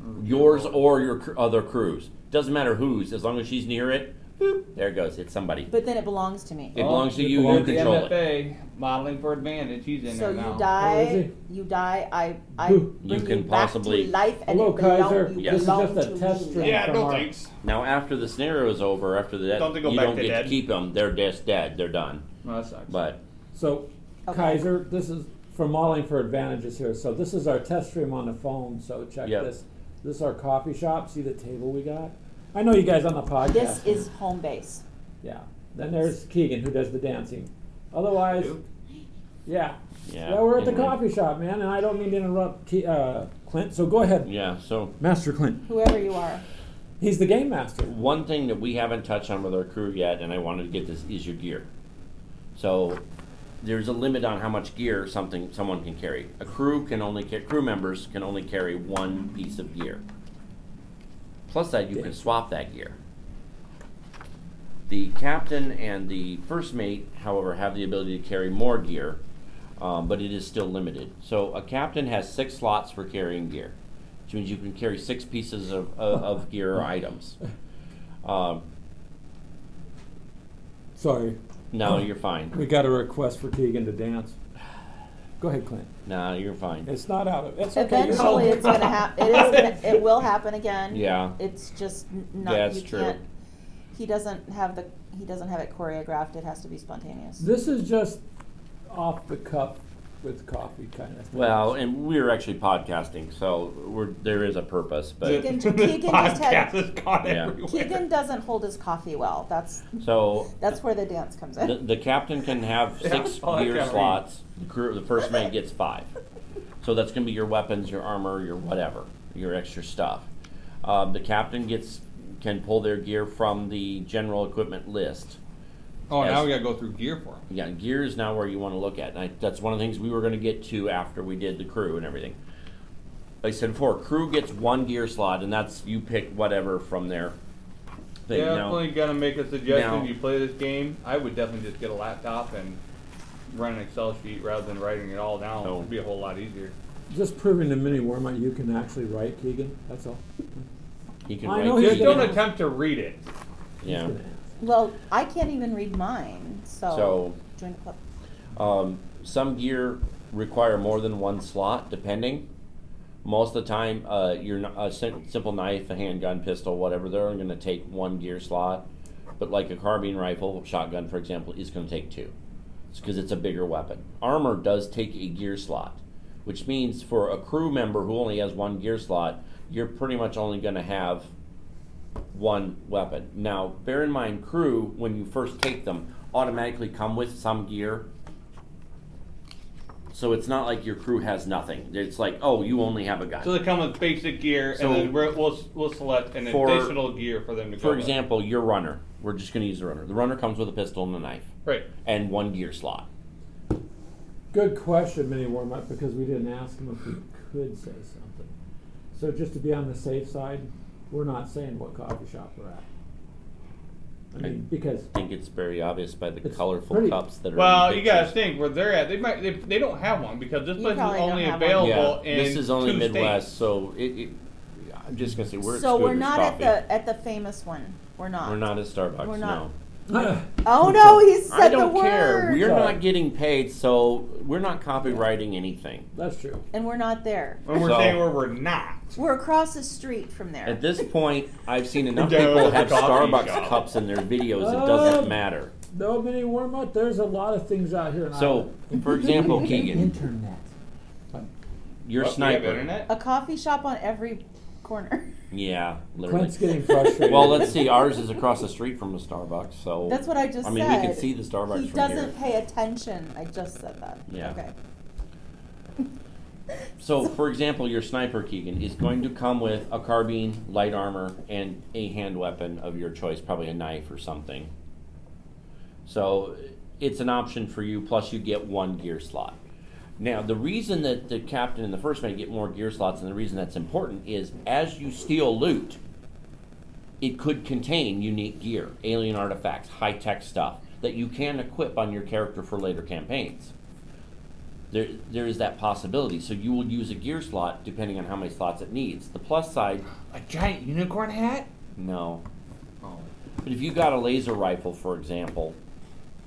Mm-hmm.
Yours or your cr- other crew's. Doesn't matter whose, as long as she's near it, boop, there it goes. It's somebody.
But then it belongs to me.
it belongs to
it
you, you
belongs
There's Oh, the
control it.
MFA, modeling for advantage. He's in
So
there
you
now.
Where is
die,
he?
you die. I, I
You
bring
can
you back
possibly-
to life, and
Hello,
it belong,
Kaiser.
you
Yes. This is
belong
just a
to
test
me.
run.
Yeah, no
Tomorrow.
thanks.
Now, after the scenario is over, after that,
Don't they go
you
back
don't
to
get
dead?
to keep them. They're just dead. They're done.
No, that sucks.
But
So
Okay.
Kaiser, this is for modeling for advantages here. So this is our test stream on the phone. So check
Yep.
this. This is our coffee shop. See the table we got. I know you guys on the podcast.
This is home base.
yeah. Then there's Keegan who does the dancing. Otherwise,
You?
yeah.
yeah,
Yeah, we're at the
anyway.
coffee shop, man, and I don't mean to interrupt T- uh, Clint. So go ahead,
Yeah, so
Master Clint.
Whoever you are,
He's the game master.
one thing that we haven't touched on with our crew yet, and I wanted to get this, is your gear. So there's a limit on how much gear something someone can carry. A crew can only ca- crew members can only carry one piece of gear. Plus that you can swap that gear. The captain and the first mate, however, have the ability to carry more gear, um, but it is still limited. So a captain has six slots for carrying gear. which means you can carry six pieces of, of, of gear or items. Um,
Sorry,
no, you're fine.
we got a request for Keegan to dance. Go ahead, Clint.
No, you're fine.
It's not out of. It's okay. you're
Eventually,
out.
it's gonna hap, it is, gonna- it will happen again.
Yeah.
It's just n- not,
That's
you
true.
can't, he doesn't have the, he doesn't have it choreographed, it has to be spontaneous.
This is just off the cuff with coffee kind of. thing.
Well, and we're actually podcasting, so we're, there is a purpose. But
Keegan- Keegan just
podcast
had-
has gone
Yeah.
everywhere.
Keegan doesn't hold his coffee well, that's,
so
that's where the dance comes
the,
in.
the captain can have
Yeah,
six
all that
gear
caffeine.
slots. The, crew, the first mate gets five. So that's going to be your weapons, your armor, your whatever, your extra stuff. Um, the captain gets can pull their gear from the general equipment list.
Oh,
Yes.
now we gotta go through gear for him.
Yeah, gear is now where you want to look at. And I, that's one of the things we were going to get to after we did the crew and everything. Like I said before, crew gets one gear slot, and that's you pick whatever from there. Thing. Now-
Definitely gonna make a suggestion.
Now-
You play this game, I would definitely just get a laptop and run an Excel sheet rather than writing it all down.
Oh.
It'd be a whole lot easier.
just proving to Minnie Warmont you can actually write, Keegan. That's all.
you can
I
write
know
Oh,
the-
he's
Just
Yeah.
don't attempt to read it.
Yeah.
Well, I can't even read mine, so,
So-
join the club.
Um, some gear require more than one slot, depending. Most of the time, uh, your kn- a sim- simple knife, a handgun, pistol, whatever, they're only going to take one gear slot. But like a carbine rifle, shotgun, for example, is going to take two. It's because it's a bigger weapon. Armor does take a gear slot, which means for a crew member who only has one gear slot, you're pretty much only going to have one weapon. Now, bear in mind, crew, when you first take them, automatically come with some gear. So it's not like your crew has nothing. It's like, oh, you only have a gun.
So they come with basic gear,
So-
and then we're, we'll we'll select an
For-
additional gear for them to go.
For
with.
example, your runner. We're just going to use the runner. The runner comes with a pistol and a knife
right?
and one gear slot.
Good question, Minnie Warmont, because we didn't ask him if he could say something. So just to be on the safe side, we're not saying what coffee shop we're at. I mean, because
I think it's very obvious by the
It's
colorful
pretty-
cups that are. in
Well, you
pictures.
guys think where they're at. They might they, they don't have one because this
You
place is
probably don't
only
have one.
available
Yeah,
in
this is only
two
Midwest,
States.
so it, it, I'm just going to say we're.
So we're
Scooter's
not at
Coffee.
the, at the famous one, we're not.
We're not at Starbucks.
We're not.
No.
Oh, no, he
I
said the
don't care.
word.
We're
Sorry.
not getting paid, so we're not copywriting anything.
that's true.
And we're not there.
When we're
So-
saying where we're not.
We're across the street from there.
At this point, I've seen enough
Down
people
at the
have
coffee
Starbucks
shop.
cups in their videos. It
Oh.
doesn't matter.
No, Minnie Warmont, there's a lot of things out here in
So,
Iowa.
for example, Keegan,
Internet.
your
Oh, we have
sniper.
internet?
a coffee shop on every corner.
Yeah, literally.
Clint's getting frustrated.
Well, let's see. Ours is across the street from a Starbucks, so
That's what I just
I mean,
said.
we can see the Starbucks
he
from
doesn't
here.
pay attention. I just said that.
Yeah.
Okay.
So, for example, your sniper Keegan is going to come with a carbine, light armor, and a hand weapon of your choice, probably a knife or something. So, it's an option for you. Plus, you get one gear slot. Now, the reason that the captain and the first mate get more gear slots, and the reason that's important is as you steal loot, it could contain unique gear, alien artifacts, high tech stuff that you can equip on your character for later campaigns there, there is that possibility. So you will use a gear slot depending on how many slots it needs. The plus side,
A giant unicorn hat?
no.
Oh.
But if you got a laser rifle, for example,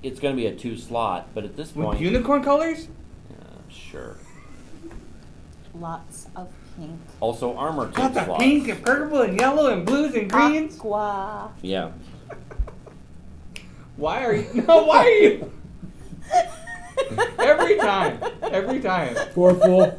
it's going to be a two slot. But at this
With
point,
unicorn colors?
Uh, sure.
Lots of pink.
Also, armor two
Got the
slots.
pink and purple and yellow and blues and greens.
Aqua.
Yeah.
Why are you? No, why are you? Every time, every time.
Fourful.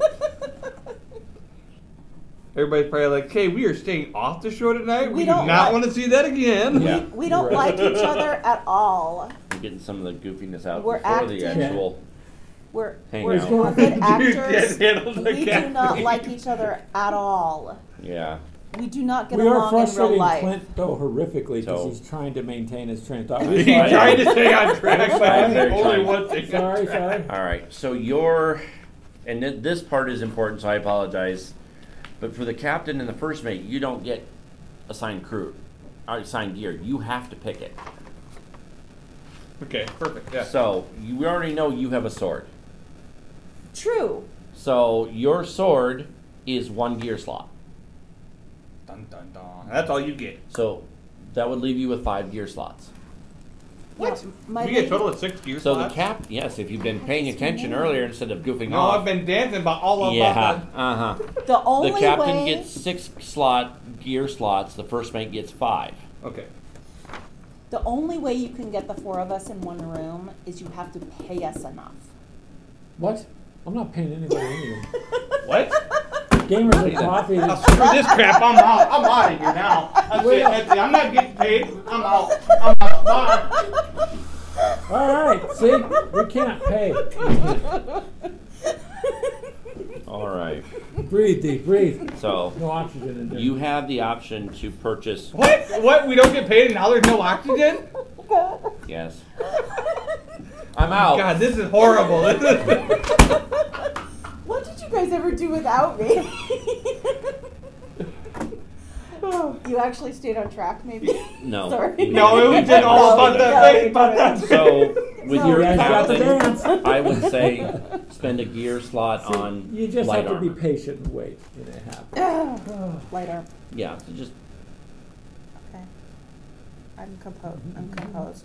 Everybody's probably like, "Hey, we are staying off the show tonight.
We
We, do
don't
not
like-
want to see that again."
Yeah.
We don't
Right.
like each other at all.
We're getting some of the goofiness out
We're
before the
acting.
actual.
We're
Hang
we're
out.
good
Dude,
actors.
that handled the
We do not
caffeine.
like each other at all.
Yeah.
We do not get
We are
along in real
frustrating
life.
Clint though horrifically because
So-
he's trying to maintain his train of thought.
He
Sorry.
tried to stay on track, but
Sorry,
I'm the
very
only
trying.
one thing.
sorry, sorry.
All right. So your, and th- this part is important. So I apologize, but for the captain and the first mate, you don't get assigned crew, or assigned gear. You have to pick it.
Okay, perfect. Yeah.
So you already know you have a sword.
True.
So your sword is one gear slot.
Dun dun dun. That's all you get.
So that would leave you with five gear slots.
What? My
you get a
big-
total of six gear
So the
slots?
cap, yes, if you've been paying attention earlier instead of goofing
No,
off.
I've been dancing about all of
yeah,
them.
uh huh.
The only
The captain
way
gets six slot gear slots. The first mate gets five.
Okay.
the only way you can get the four of us in one room is you have to pay us enough.
What? I'm not paying anybody anything.
What?
Gamers and coffee.
Oh, screw this crap. I'm out. I'm out of here now. That's it. That's it. I'm not getting paid. I'm out. I'm out. Bye.
All right. See, we can't pay.
All right.
Breathe deep. Breathe.
So
No oxygen in there.
you have the option to purchase.
What? What? We don't get paid and now there's no oxygen?
Oh,
Yes. I'm out.
Oh God, this is horrible. This is-
What did you guys ever do without me? you actually stayed on track, maybe?
No.
Sorry.
no, it was just all about that thing. About that thing.
So with
So-
your
You guys
got the dance.
captain, I would say spend a gear slot
See,
on
You just
light
have to
armor.
be patient and wait, and it happens.
Lighter.
Yeah, so just
Okay. I'm composed. I'm composed.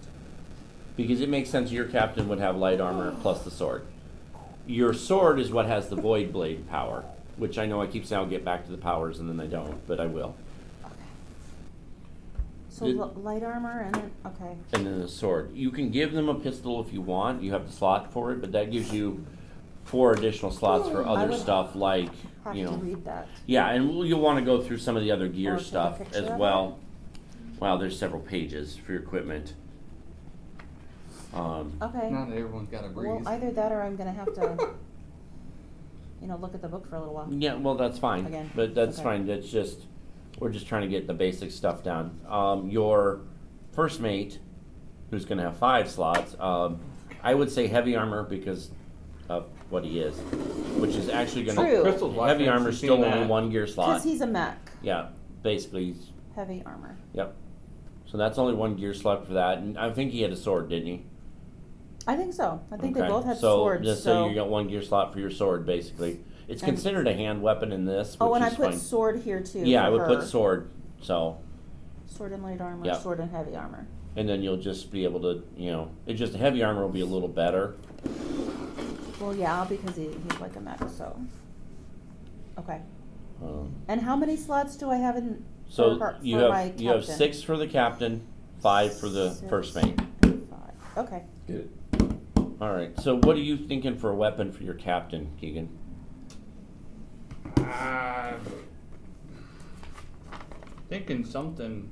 because it makes sense your captain would have light armor plus the sword. Your sword is what has the void blade power, which I know I keep saying I'll get back to the powers and then I don't, but I will.
Okay. So
Did-
li- light armor and then- okay.
And then the sword. You can give them a pistol if you want. You have the slot for it, but that gives you four additional slots for
I
other
would
stuff like
Have
you know
to read that.
Yeah, and we'll- you'll want to go through some of the other gear
Or take a
stuff
picture
as
of
well. Wow, there's several pages for your equipment. Um,
Okay.
Not everyone's got to breathe.
Well, either that or I'm gonna have to, you know, look at the book for a little while.
yeah, well, that's fine.
Again,
But that's
okay.
fine. That's just, we're just trying to get the basic stuff down. Um, your first mate, who's going to have five slots, um, I would say heavy armor because of what he is, which is actually going to.
True.
Crystal's watching
Heavy
us,
armor
she's
still
seeing
only
that.
one gear
Because
slot.
he's a mech,
Yeah, basically, he's
heavy armor.
Yep. So that's only one gear slot for that, and I think he had a sword, didn't he?
I think so. I think they
Okay.
both have
so,
swords.
just so,
so.
you got one gear slot for your sword, basically. It's
And-
considered a hand weapon in this, which
oh, and I
is
put
fine.
sword here too.
yeah,
for
I would
her.
put sword. So,
Sword and light armor.
Yeah.
Sword and heavy armor.
and then you'll just be able to, you know, it's just heavy armor will be a little better.
Well, yeah, because he, he's like a mech, so. Okay.
Um,
And how many slots do I have in?
so
for her-
you
for
have
my
you have
captain?
six for the captain, five for the
Six
first mate.
and five. Okay.
Get it.
All right. So what are you thinking for a weapon for your captain, Keegan?
Uh, thinking something.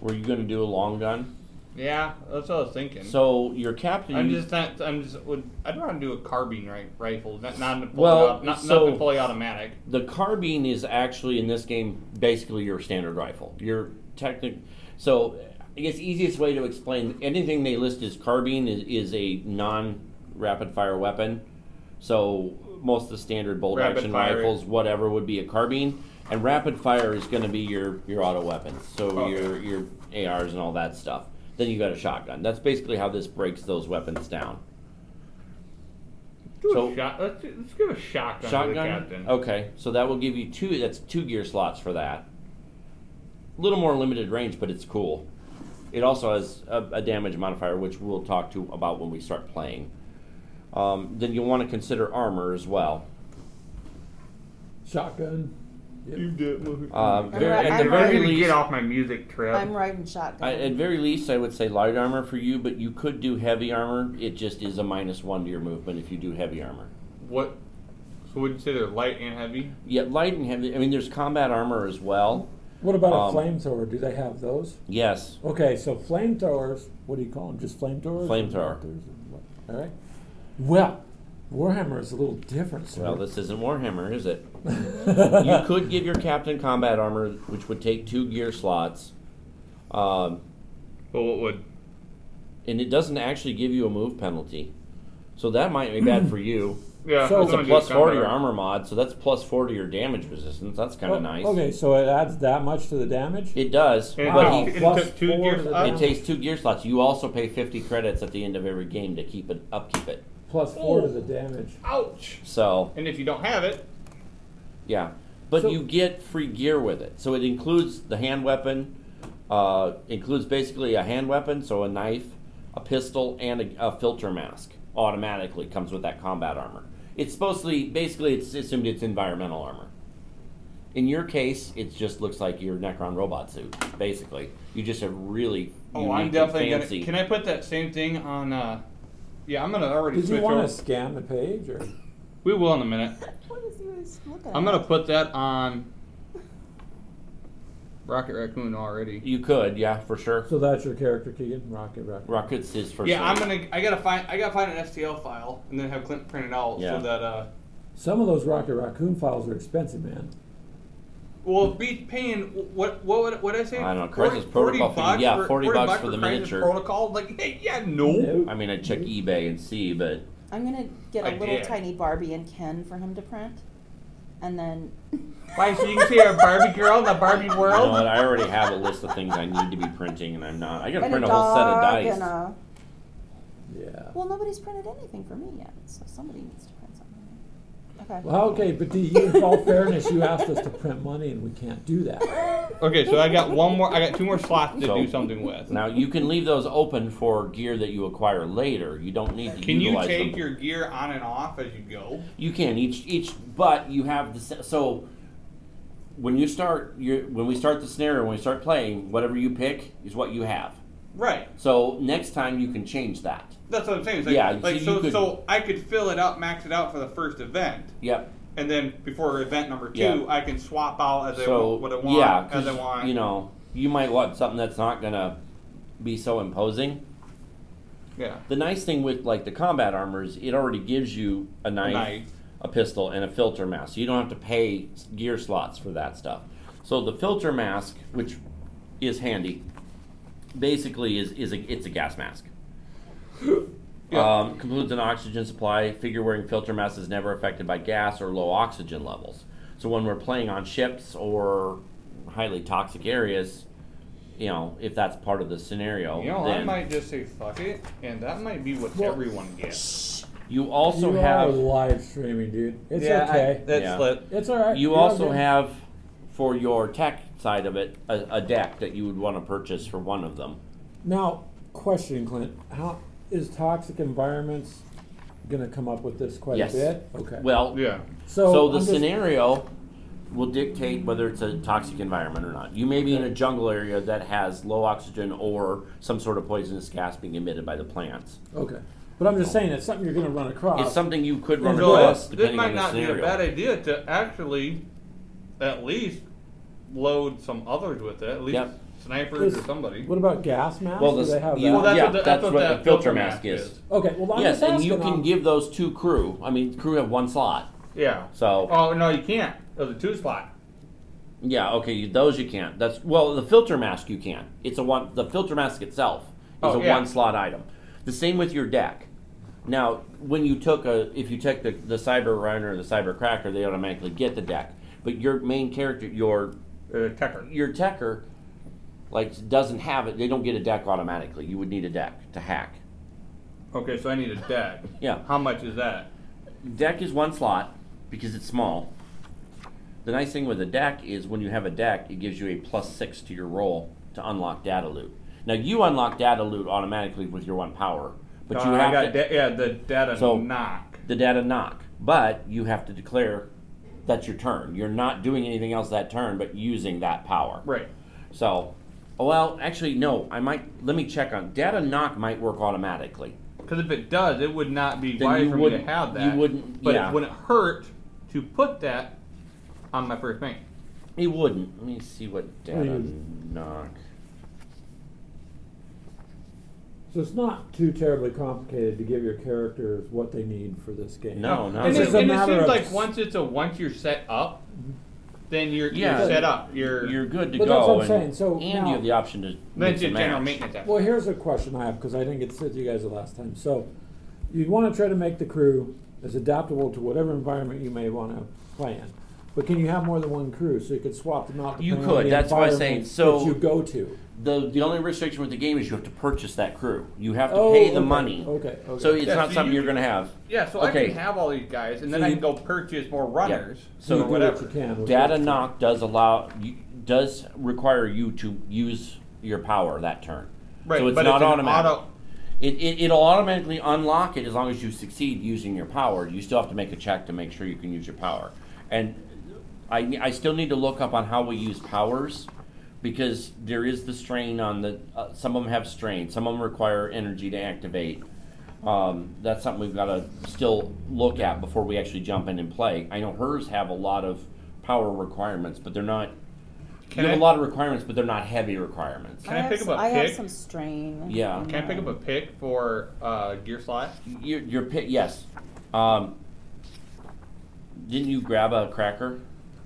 Were you going to do a long gun?
Yeah, that's what I was thinking.
So your captain.
I'm
you-
just not. I'm just. Would, I'd want to do a carbine ri- rifle, not not fully,
Well,
au- not,
so-
nothing fully automatic.
The carbine is actually in this game basically your standard rifle. Your technic, so I guess easiest way to explain anything they list as carbine is, is a non-rapid fire weapon. So most of the standard bolt
Rapid
action
fire.
rifles, whatever, would be a carbine, and rapid fire is going to be your your auto weapons. So
Okay.
your your ARs and all that stuff. Then you got a shotgun. That's basically how this breaks those weapons down.
Do
So-
a shot. Let's, do- let's give a shotgun, to the captain.
Shotgun. Oh. Okay, so that will give you two. That's two gear slots for that. A little more limited range, but it's cool. It also has a, a damage modifier, which we'll talk to about when we start playing. Um, then you'll want to consider armor as well.
Shotgun. Yep.
Uh, ver-
right,
at the
I'm
very
to
least,
get off my music trip.
I'm riding shotgun.
I, at very least, I would say light armor for you, but you could do heavy armor. It just is a minus one to your movement if you do heavy armor.
what? So would you say they're light and heavy?
Yeah, light and heavy. I mean, there's combat armor as well.
What about
Um,
a flamethrower? Do they have those?
Yes,
Okay, so flamethrowers. What do you call them? Just flamethrowers.
Flamethrower.
All right. Well, Warhammer is a little different. Sir.
Well, this isn't Warhammer, is it? you
you
could give your captain combat armor, which would take two gear slots, um,
Well, what would?
and it doesn't actually give you a move penalty. So that might be bad for you.
Yeah.
So-
I was
It's a
gonna do
plus four to your
combat
armor mod, so that's plus four to your damage resistance. That's kind of nice.
Oh, Okay, so it adds that much to the damage.
It does,
And
but
wow.
he,
it
plus
took two
four
gear
to the
slots?
it takes two gear slots. You also pay fifty credits at the end of every game to keep it upkeep it.
plus four
Oh.
to the damage.
Ouch!
So
And if you don't have it,
yeah, But
So-
you get free gear with it. So it includes the hand weapon, uh, includes basically a hand weapon, so a knife, a pistol, and a, a filter mask automatically comes with that combat armor. It's supposedly, basically, it's assumed it's environmental armor. In your case, it just looks like your Necron robot suit, basically. You just have really
Oh, I'm
unique and
definitely
fancy.
gonna. Can I put that same thing on? uh Yeah, I'm gonna already
Did you
switch
want
over.
to scan the page or?
We will in a minute.
What is he always looking at?
I'm gonna put that on Rocket Raccoon already.
You could, yeah, for sure.
So that's your character, Keegan Rocket Raccoon.
Rockets is for
yeah,
sure.
I'm gonna. I gotta find. I gotta find an STL file and then have Clint print it out
Yeah.
so that. uh
Some of those Rocket Raccoon files are expensive, man.
Well, be paying what what what what I say?
I don't know, Crisis Protocol fee.
bucks
Yeah,
for,
40 bucks for the
Crisis
miniature.
Protocol, like hey, yeah, no.
I mean, I'd check eBay and see, but
I'm gonna get a
I
little
did.
tiny Barbie and Ken for him to print, and then.
Why? So you can see our Barbie girl in the Barbie
you know
world.
what? I already have a list of things I need to be printing, and I'm not. I gotta
and
print
a
a whole set of
dog
dice.
And a,
Yeah.
well, nobody's printed anything for me yet, so somebody needs to print something. Okay.
Well, okay, but do you, in all fairness, you asked us to print money, and we can't do that.
Okay, so I got one more. I got two more slots to
So-
do something with.
Now you can leave those open for gear that you acquire later. You don't need to
Can you
utilize
take
them.
your gear on and off as you go?
You can each each, but you have the se- so. When you start, your when we start the scenario, when we start playing, whatever you pick is what you have.
Right.
So next time you can change that.
That's what I'm saying. It's like,
Yeah,
Like
so
so,
you could-
so I could fill it up, max it out for the first event,
Yep.
and then before event number two,
Yeah.
I can swap out as I
so
want, what I want,
yeah, 'cause,
as I want.
you know, you might want something that's not gonna be so imposing.
yeah.
The nice thing with like the combat armors, it already gives you a knife,
Knife.
a pistol, and a filter mask. So you don't have to pay s- gear slots for that stuff. So the filter mask, which is handy, basically is is a, it's a gas mask.
Yeah.
Um, concludes an oxygen supply. Figure wearing filter mask is never affected by gas or low oxygen levels. So when we're playing on ships or highly toxic areas, you know, if that's part of the scenario,
You know, I
then
might just say fuck it, and that might be what
Well-
everyone gets.
you also
you
have
are live streaming, dude. It's okay.
that's
Yeah.
lit.
it's all right.
You
Uh, You're
also
good.
have, for your tech side of it, a, a deck that you would want to purchase for one of them.
now question, Clint. How is toxic environments going to come up with this quite
Yes.
a bit? Okay.
Well,
Yeah.
so,
so, the
I'm just-
scenario will dictate whether it's a toxic environment or not. You may be in a jungle area that has low oxygen or some sort of poisonous gas being emitted by the plants.
Okay. But I'm just saying it's something you're going to run across.
It's something you could run
So
across
this
depending
might
on the
not be a
scenario.
bad idea to actually, at least, load some others with it. At least
Yep.
snipers
Is-
or somebody.
What about gas masks?
well,
Do
this,
they have
you-
that?
Well, that's
yeah,
what the-
that's what, the filter mask is.
okay. Well, I'm
yes,
just
and you
asking,
can
uh,
give those to crew. I mean, crew have one slot,
Yeah.
so
Oh no, you can't. It was a two spot.
Yeah, okay, you, those you can't. That's well, the filter mask you can. It's a one. The filter mask itself is
Oh,
a
yeah.
one slot item. The same with your deck. Now, when you took a, if you take the the cyber runner or the cyber cracker, they automatically get the deck. But your main character, your
Uh, Tucker.
your techer, like doesn't have it. They don't get a deck automatically. You would need a deck to hack.
Okay, so I need a deck.
Yeah.
How much is that?
deck is one slot because it's small. The nice thing with a deck is when you have a deck, it gives you a plus six to your roll to unlock data loot. Now you unlock data loot automatically with your one power, but you
Uh,
have
I
to,
got da- yeah the data
So-
knock.
the data knock. But you have to declare that's your turn. You're not doing anything else that turn, but using that power.
Right.
So, well, actually, no. I might let me check on data knock might work automatically.
Because if it does, it would not be
Then
wise
you
for me to
wouldn't-
have
you
that.
wouldn't-
But
yeah.
it wouldn't hurt to put that on my first main.
It wouldn't. Let me see what data
Please.
knock.
So it's not too terribly complicated to give your characters what they need for this game.
No, no.
and
it's
it,
just a
and it
matter
seems
of-
like once it's a once you're set up, then you're,
Yeah.
you're set up. You're,
you're good to
But
go.
that's what I'm
and
saying, so
and
now-
you have the option to
then
mix
it's your
and
general
match.
maintenance. after.
Well, here's a question I have because I didn't get to sit to you guys the last time. So, you want to try to make the crew as adaptable to whatever environment you may want to play in. But can you have more than one crew so you could swap them out?
You
depending on
could,
the
that's what I was saying.
environment
So-
that you go to.
The the only restriction with the game is you have to purchase that crew. You have to
Oh,
pay the
okay,
money.
Okay. okay.
So it's
Yeah,
not
so
something
you-
you, are going to have.
Yeah, so I
Okay.
can have all these guys, and then
So
I
you-
can go purchase more runners.
So
So
you do what
whatever.
you can. with
Data
it.
knock does allow you, does require you to use your power that turn.
Right,
so it's
but
not
it's an
automatic.
auto-
It, it it'll automatically unlock it as long as you succeed using your power. You still have to make a check to make sure you can use your power. And I I still need to look up on how we use powers because there is the strain on the uh, some of them have strain. Some of them require energy to activate. Um, that's something we've got to still look at before we actually jump in and play. I know hers have a lot of power requirements, but they're not.
Can
you have
I-
a lot of requirements, but they're not heavy requirements.
Can
I
I
have
pick
s-
up a
I have
pick?
some strain.
Yeah.
Can I pick up a pick for uh, gear slot?
Your, your pit, yes. Um, didn't you grab a cracker?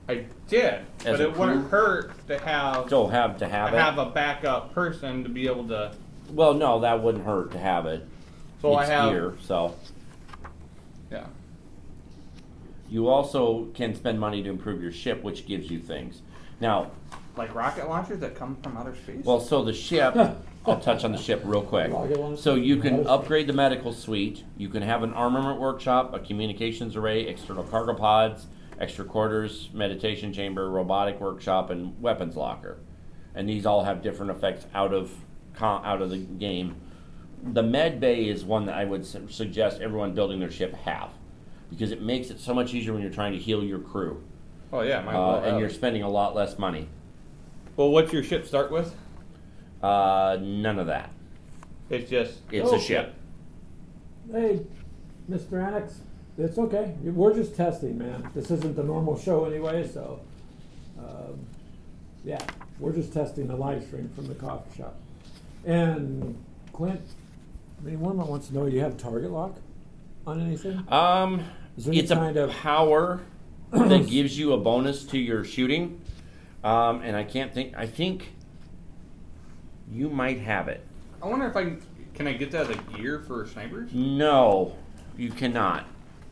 I did,
As
but
a
it wouldn't
crew?
hurt to have
Still have to have
to
it.
have a backup person to be able to.
well, no, that wouldn't hurt to have it.
So
It's
I have
gear, so
yeah.
you also can spend money to improve your ship, which gives you things. Now,
Like rocket launchers that come from outer space.
well, so the ship. I'll touch on the ship real quick.
Rocket launcher.
So you can
Nice.
upgrade the medical suite. You can have an armament workshop, a communications array, external cargo pods, extra quarters, meditation chamber, robotic workshop, and weapons locker. And these all have different effects out of co- out of the game. The med bay is one that I would su- suggest everyone building their ship have, because it makes it so much easier when you're trying to heal your crew,
Oh yeah, my.
uh, and you're spending a lot less money.
well, what's your ship start with?
Uh, none of that.
It's just
It's
Oh.
a ship.
Hey, Mr. Annex, it's okay. We're just testing, man. This isn't the normal show anyway, so. Um, yeah, we're just testing the live stream from the coffee shop. And Clint, I mean, one wants to know you have target lock on anything?
Um,
Is there any
it's a
kind of-
power that gives you a bonus to your shooting. Um, and I can't think. I think you might have it.
I wonder if I can, can I get that as a gear for snipers?
No, you cannot.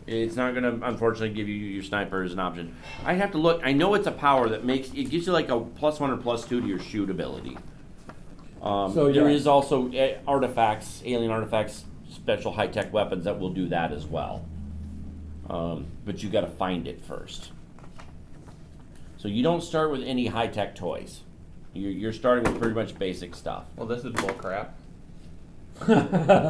It's not going to unfortunately give you your sniper as an option. I have to look. I know it's a power that makes it gives you like a plus one or plus two to your shoot ability. Um,
So,
there
yeah.
is also eh, artifacts, alien artifacts, special high tech weapons that will do that as well. Um, but you got to find it first. So you don't start with any high tech toys. You're, you're starting with pretty much basic stuff.
Well, this is bull crap.
Uh,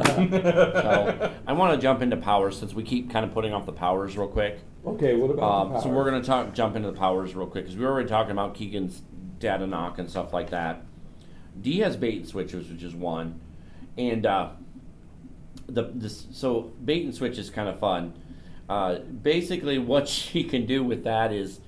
So I want to jump into powers since we keep kind of putting off the powers real quick.
okay, what about the
Um, so
power?
we're gonna talk, jump into the powers real quick because we were already talking about Keegan's data knock and stuff like that. D has bait and switches, which is one, and uh, the this so bait and switch is kind of fun. Uh, basically, what she can do with that is,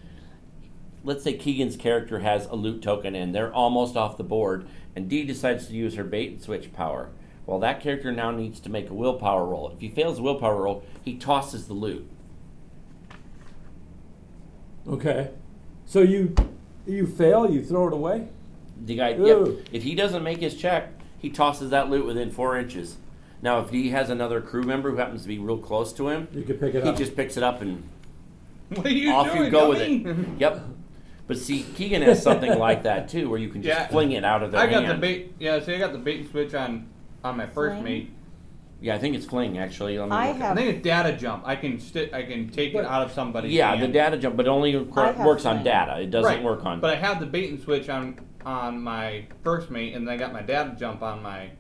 let's say Keegan's character has a loot token and they're almost off the board, and D decides to use her bait and switch power. Well, that character now needs to make a willpower roll. If he fails the willpower roll, he tosses the loot.
Okay. So you you fail, you throw it away?
The guy, yep.
Ooh.
If he doesn't make his check, he tosses that loot within four inches. Now, if he has another crew member who happens to be real close to him,
You can pick it
he
up.
just picks it up and
What are you
off
doing?
you go with
dummy?
it. Yep. But see, Keegan has something like that too, where you can just
Yeah.
fling it out of their
I got
hand.
the bait. Yeah, see, I got the bait and switch on on my first
Fling?
mate.
Yeah, I think it's fling actually. Let me
I
look at-
I think it's data jump. I can sti I can take it out of somebody.
Yeah, the data jump, but only
I
cor-
have
works on
fling.
data. It doesn't
right.
work on.
But I have the bait and switch on on my first mate, and then I got my data jump on my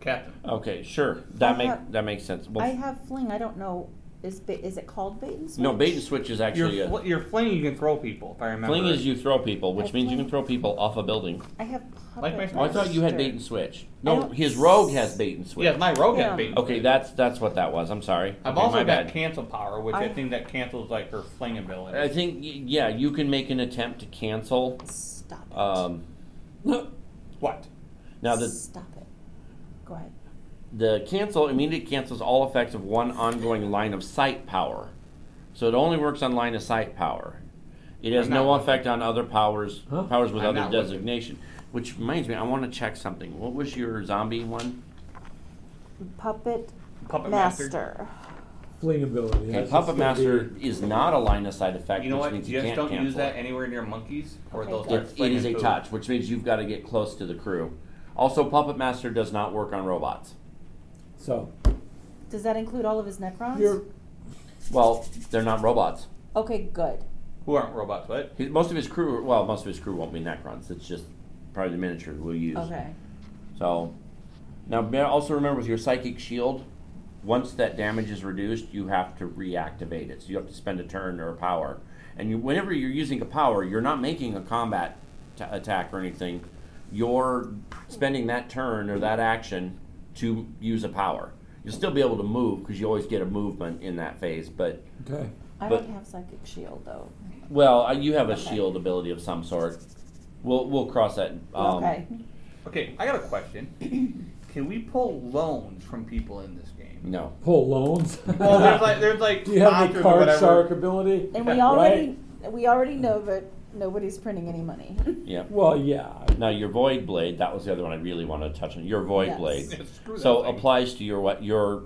captain.
okay, sure. That
I
make
have-
that makes sense. Well,
I have fling. I don't know. Is ba- is it called bait and switch?
no, bait and switch is
Your
actually a,
fl- your fling you can throw people. If I remember.
fling
right.
is you throw people, which
I
means you
fling.
can throw people off a building.
I have
Like my-
puppet
Oh, I thought you had bait and
master.
switch.
I
No,
don't-
his rogue has bait and switch.
Yeah, my rogue
Yeah.
has bait. and
Okay,
switch.
that's that's what that was. I'm sorry.
I've
Okay,
also
my
got
bad.
cancel power, which I,
I-
think that cancels like her fling ability.
I think y- yeah, you can make an attempt to cancel.
Stop it.
Um,
what?
now the
Stop it. Go ahead.
the cancel immediate cancels all effects of one ongoing line of sight power, so it only works on line of sight power. It has
I'm
no
not looking.
effect on other powers
Huh?
powers with
I'm
other
not looking.
designation. Which reminds me, I want to check something. What was your zombie one?
Puppet
Puppet
master.
fling ability.
Okay,
That's
Puppet
just gonna
Master
be-
is not a line of sight effect,
You know
which
what?
means you
Just
can't
don't
cancel
use that
it.
anywhere near monkeys or
Okay,
those.
good.
large
It, it is a
flaming
touch, which means you've got to get close to the crew. Also, Puppet Master does not work on robots.
So
Does that include all of his Necrons?
you're
Well, they're not robots.
okay, good.
food. Who aren't robots? What?
His, most of his crew, well, most of his crew won't be Necrons. It's just probably the miniature we'll use.
Okay.
So, now be- also remember with your psychic shield, once that damage is reduced, you have to reactivate it. So you have to spend a turn or a power. And you, whenever you're using a power, you're not making a combat t- attack or anything. You're spending that turn or that action to use a power. You'll still be able to move because you always get a movement in that phase. But
okay.
I
But-
don't have psychic shield though.
well, uh, you have a
Okay.
shield ability of some sort. We'll we'll cross that. Um,
okay.
Okay, I got a question. Can we pull loans from people in this game?
No.
Pull loans.
Well, there's like there's like
Do you have the
mantras or
card
whatever.
shark ability?
And we already we already know that nobody's printing any money.
Yep.
Well, yeah.
Now your void blade, that was the other one I really wanted to touch on. Your void
Yes.
blade.
Screw that
So
thing.
applies to your what your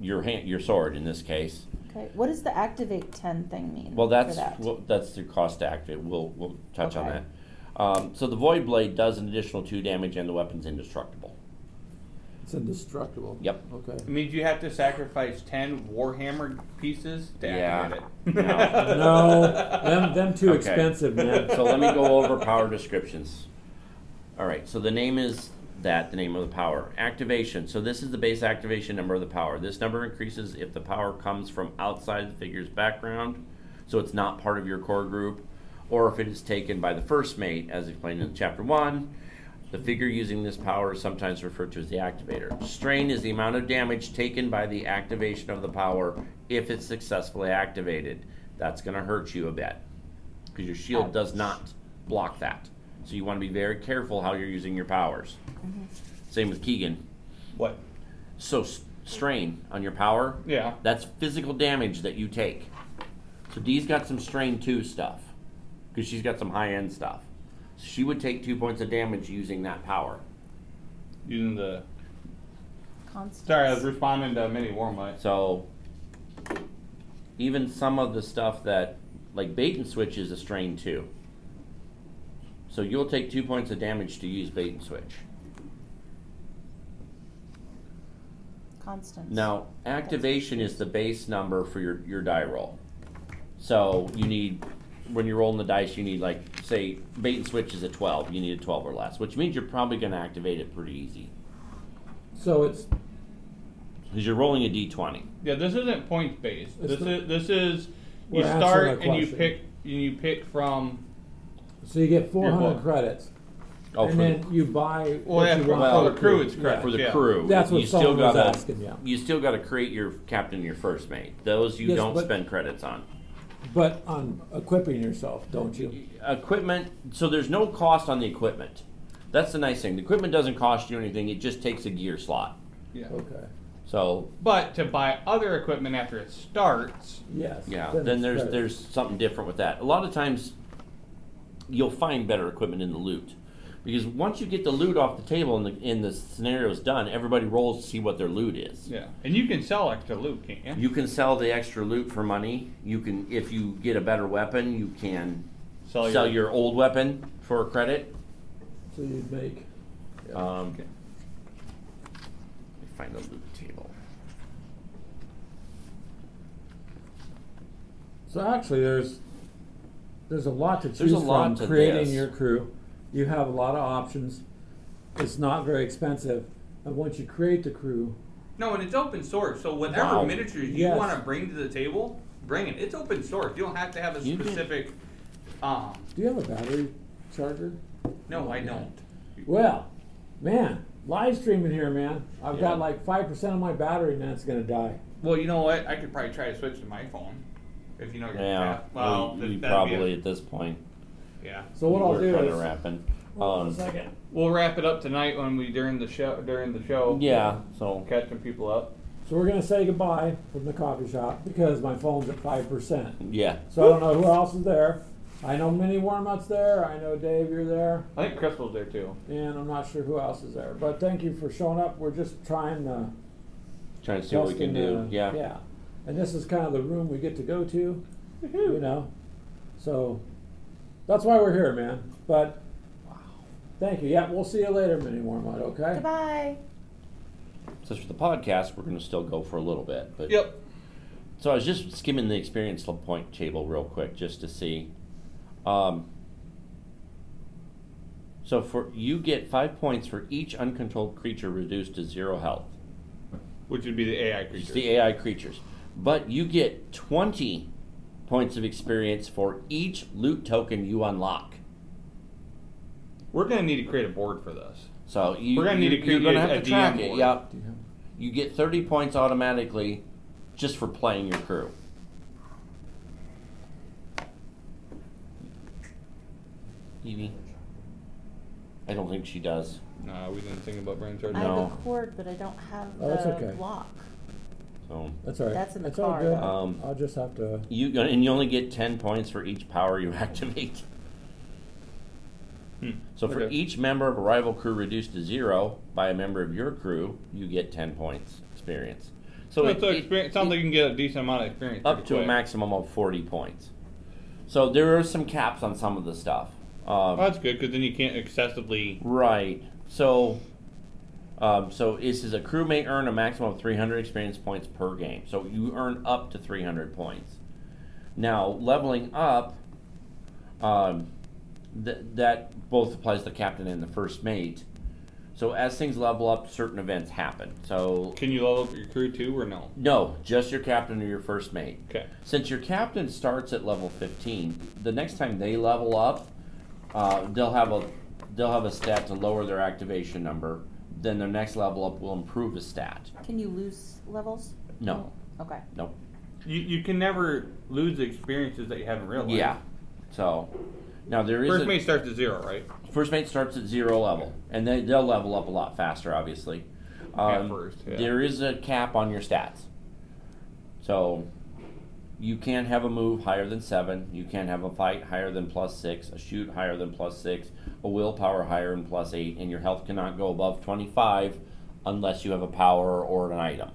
your hand your sword in this case.
Okay. What does the activate ten thing mean?
Well, that's
for that?
well, that's the cost to activate. We'll we'll touch on
Okay.
that. Um, so the void blade does an additional two damage, and the weapon's indestructible.
It's indestructible.
Yep.
Okay.
It means you have to sacrifice ten warhammer pieces to
Yeah.
activate it.
No.
No, them them too
Okay.
expensive, man.
so let me go over power descriptions. All right. So the name is that the name of the power activation. So this is the base activation number of the power. This number increases if the power comes from outside the figure's background, so it's not part of your core group, or if it is taken by the first mate, as explained in chapter one. The figure using this power is sometimes referred to as the activator. Strain is the amount of damage taken by the activation of the power if it's successfully activated. That's going to hurt you a bit because your shield does not block that. So you want to be very careful how you're using your powers. Same with Keegan.
What?
So s- strain on your power,
Yeah.
that's physical damage that you take. So Dee's got some strain 2 stuff because she's got some high end stuff. She would take 2 points of damage using that power.
Using the.
Constant.
Sorry, I was responding to mini warmite.
So even some of the stuff that like bait and switch is a strain 2. So you'll take 2 points of damage to use bait and switch.
Constant.
Now, activation is the base number for your, your die roll. So you need, when you're rolling the dice, you need like, say, bait and switch is a 12. You need a 12 or less, which means you're probably going to activate it pretty easy.
So it's
Because you're rolling a d20.
Yeah, this isn't points based.
It's
This
the-
is this is you
We're answering
start
a
and you
question.
pick and you pick from.
so you get four
Your
hundred
book.
credits,
Oh,
and
for
then
the,
you buy.
Well,
what
yeah,
you
for-
want
well,
for the crew, it's correct.
for the
yeah.
crew.
That's what
you still
someone was
gotta,
asking. Yeah,
You still got to create your captain, your first mate. Those you
Yes,
don't
but-
spend credits on.
but on equipping yourself, don't you?
equipment so there's no cost on the equipment that's the nice thing the equipment doesn't cost you anything it just takes a gear slot
Yeah.
Okay.
so
But to buy other equipment after it starts,
Yes.
yeah then
it's
there's
better.
there's something different with that a lot of times you'll find better equipment in the loot because once you get the loot off the table and the, and the scenario's done everybody rolls to see what their loot is
yeah, and you can sell extra loot, can't you?
you can sell the extra loot for money you can if you get a better weapon you can
Sell your-
sell your old weapon for credit
so you'd make.
Um,
Okay.
Let me find the loot table.
So actually, there's there's a lot to choose
There's a lot
from
to
creating
this.
your crew. You have a lot of options. It's not very expensive, and once you create the crew,
No, and it's open source. So whatever
Wow.
miniatures you
Yes.
want to bring to the table, bring it. It's open source. You don't have to have a
You can-
specific. Um,
do you have a battery charger?
no, I don't.
Well, man, live streaming here, man. I've
Yeah.
got like five percent of my battery, man. It's gonna die.
Well, you know what? I could probably try to switch to my phone if you know your
Yeah.
path. Well,
we, we
th- that'd be a-
probably at this point.
yeah.
So what I'll
we're
do
kind
is.
of wrapping.
Hold on a
Um,
second.
We'll wrap it up tonight when we during the show during the show.
yeah. So
Catching people up.
So we're gonna say goodbye from the coffee shop because my phone's at five percent.
yeah.
So I don't know who else is there. I know Minnie Warmut's there. I know Dave, you're there,
I think Crystal's there too.
and I'm not sure who else is there. But thank you for showing up. We're just trying to
Trying to see what we
test
can
and,
do.
uh,
yeah.
Yeah. and this is kind of the room we get to go to, you know. So that's why we're here, man. But thank you. Yeah, we'll see you later, Mini Warmite. Okay.
Goodbye.
So for the podcast, we're going to still go for a little bit, but
Yep.
So I was just skimming the experience point table real quick just to see. Um, so for you get five points for each uncontrolled creature reduced to zero health.
Which would be the AI
It's
creature.
the AI creatures, but you get twenty points of experience for each loot token you unlock.
We're gonna need to create a board for this.
So you,
We're gonna need
you,
to
you're
create
going to
a-
have
a
to track
DM
it.
board.
Yep. You get thirty points automatically just for playing your crew. Evie. I don't think she does.
Nah, we didn't think about brain charge.
I have
No.
a cord, but I don't have
Oh, that's
the
okay.
lock.
So
That's all right.
That's in the
It's all
car,
good.
though.
Um,
I'll just have to.
you uh, and you only get ten points for each power you activate.
Hmm.
So for
Okay.
each member of a rival crew reduced to zero by a member of your crew, you get ten points experience. So
That's
it-
a
it-
experience. sounds like you can get a decent amount of experience.
up
pretty
to a
quick.
maximum of 40 points. So there are some caps on some of the stuff. Um,
Well, Oh, that's good because then you can't excessively.
right. So, um, so it says a crew may earn a maximum of 300 experience points per game. So you earn up to 300 points. Now leveling up, um, th- that both applies to the captain and the first mate. So as things level up, certain events happen. So
Can you level up your crew too or no?
no, just your captain or your first mate.
Okay.
Since your captain starts at level 15, the next time they level up, uh, they'll have a they'll have a stat to lower their activation number. Then their next level up will improve a stat.
Can you lose levels?
No,
Okay.
no,
You, you can never lose the experiences that you have in real life.
yeah. So now there is
First
a,
mate starts at zero, right?
first mate starts at zero level, and they they'll level up a lot faster, obviously.
At first, yeah.
Um, There is a cap on your stats, so you can't have a move higher than seven. You can't have a fight higher than plus six, a shoot higher than plus six, a willpower higher than plus eight, and your health cannot go above twenty-five unless you have a power or an item.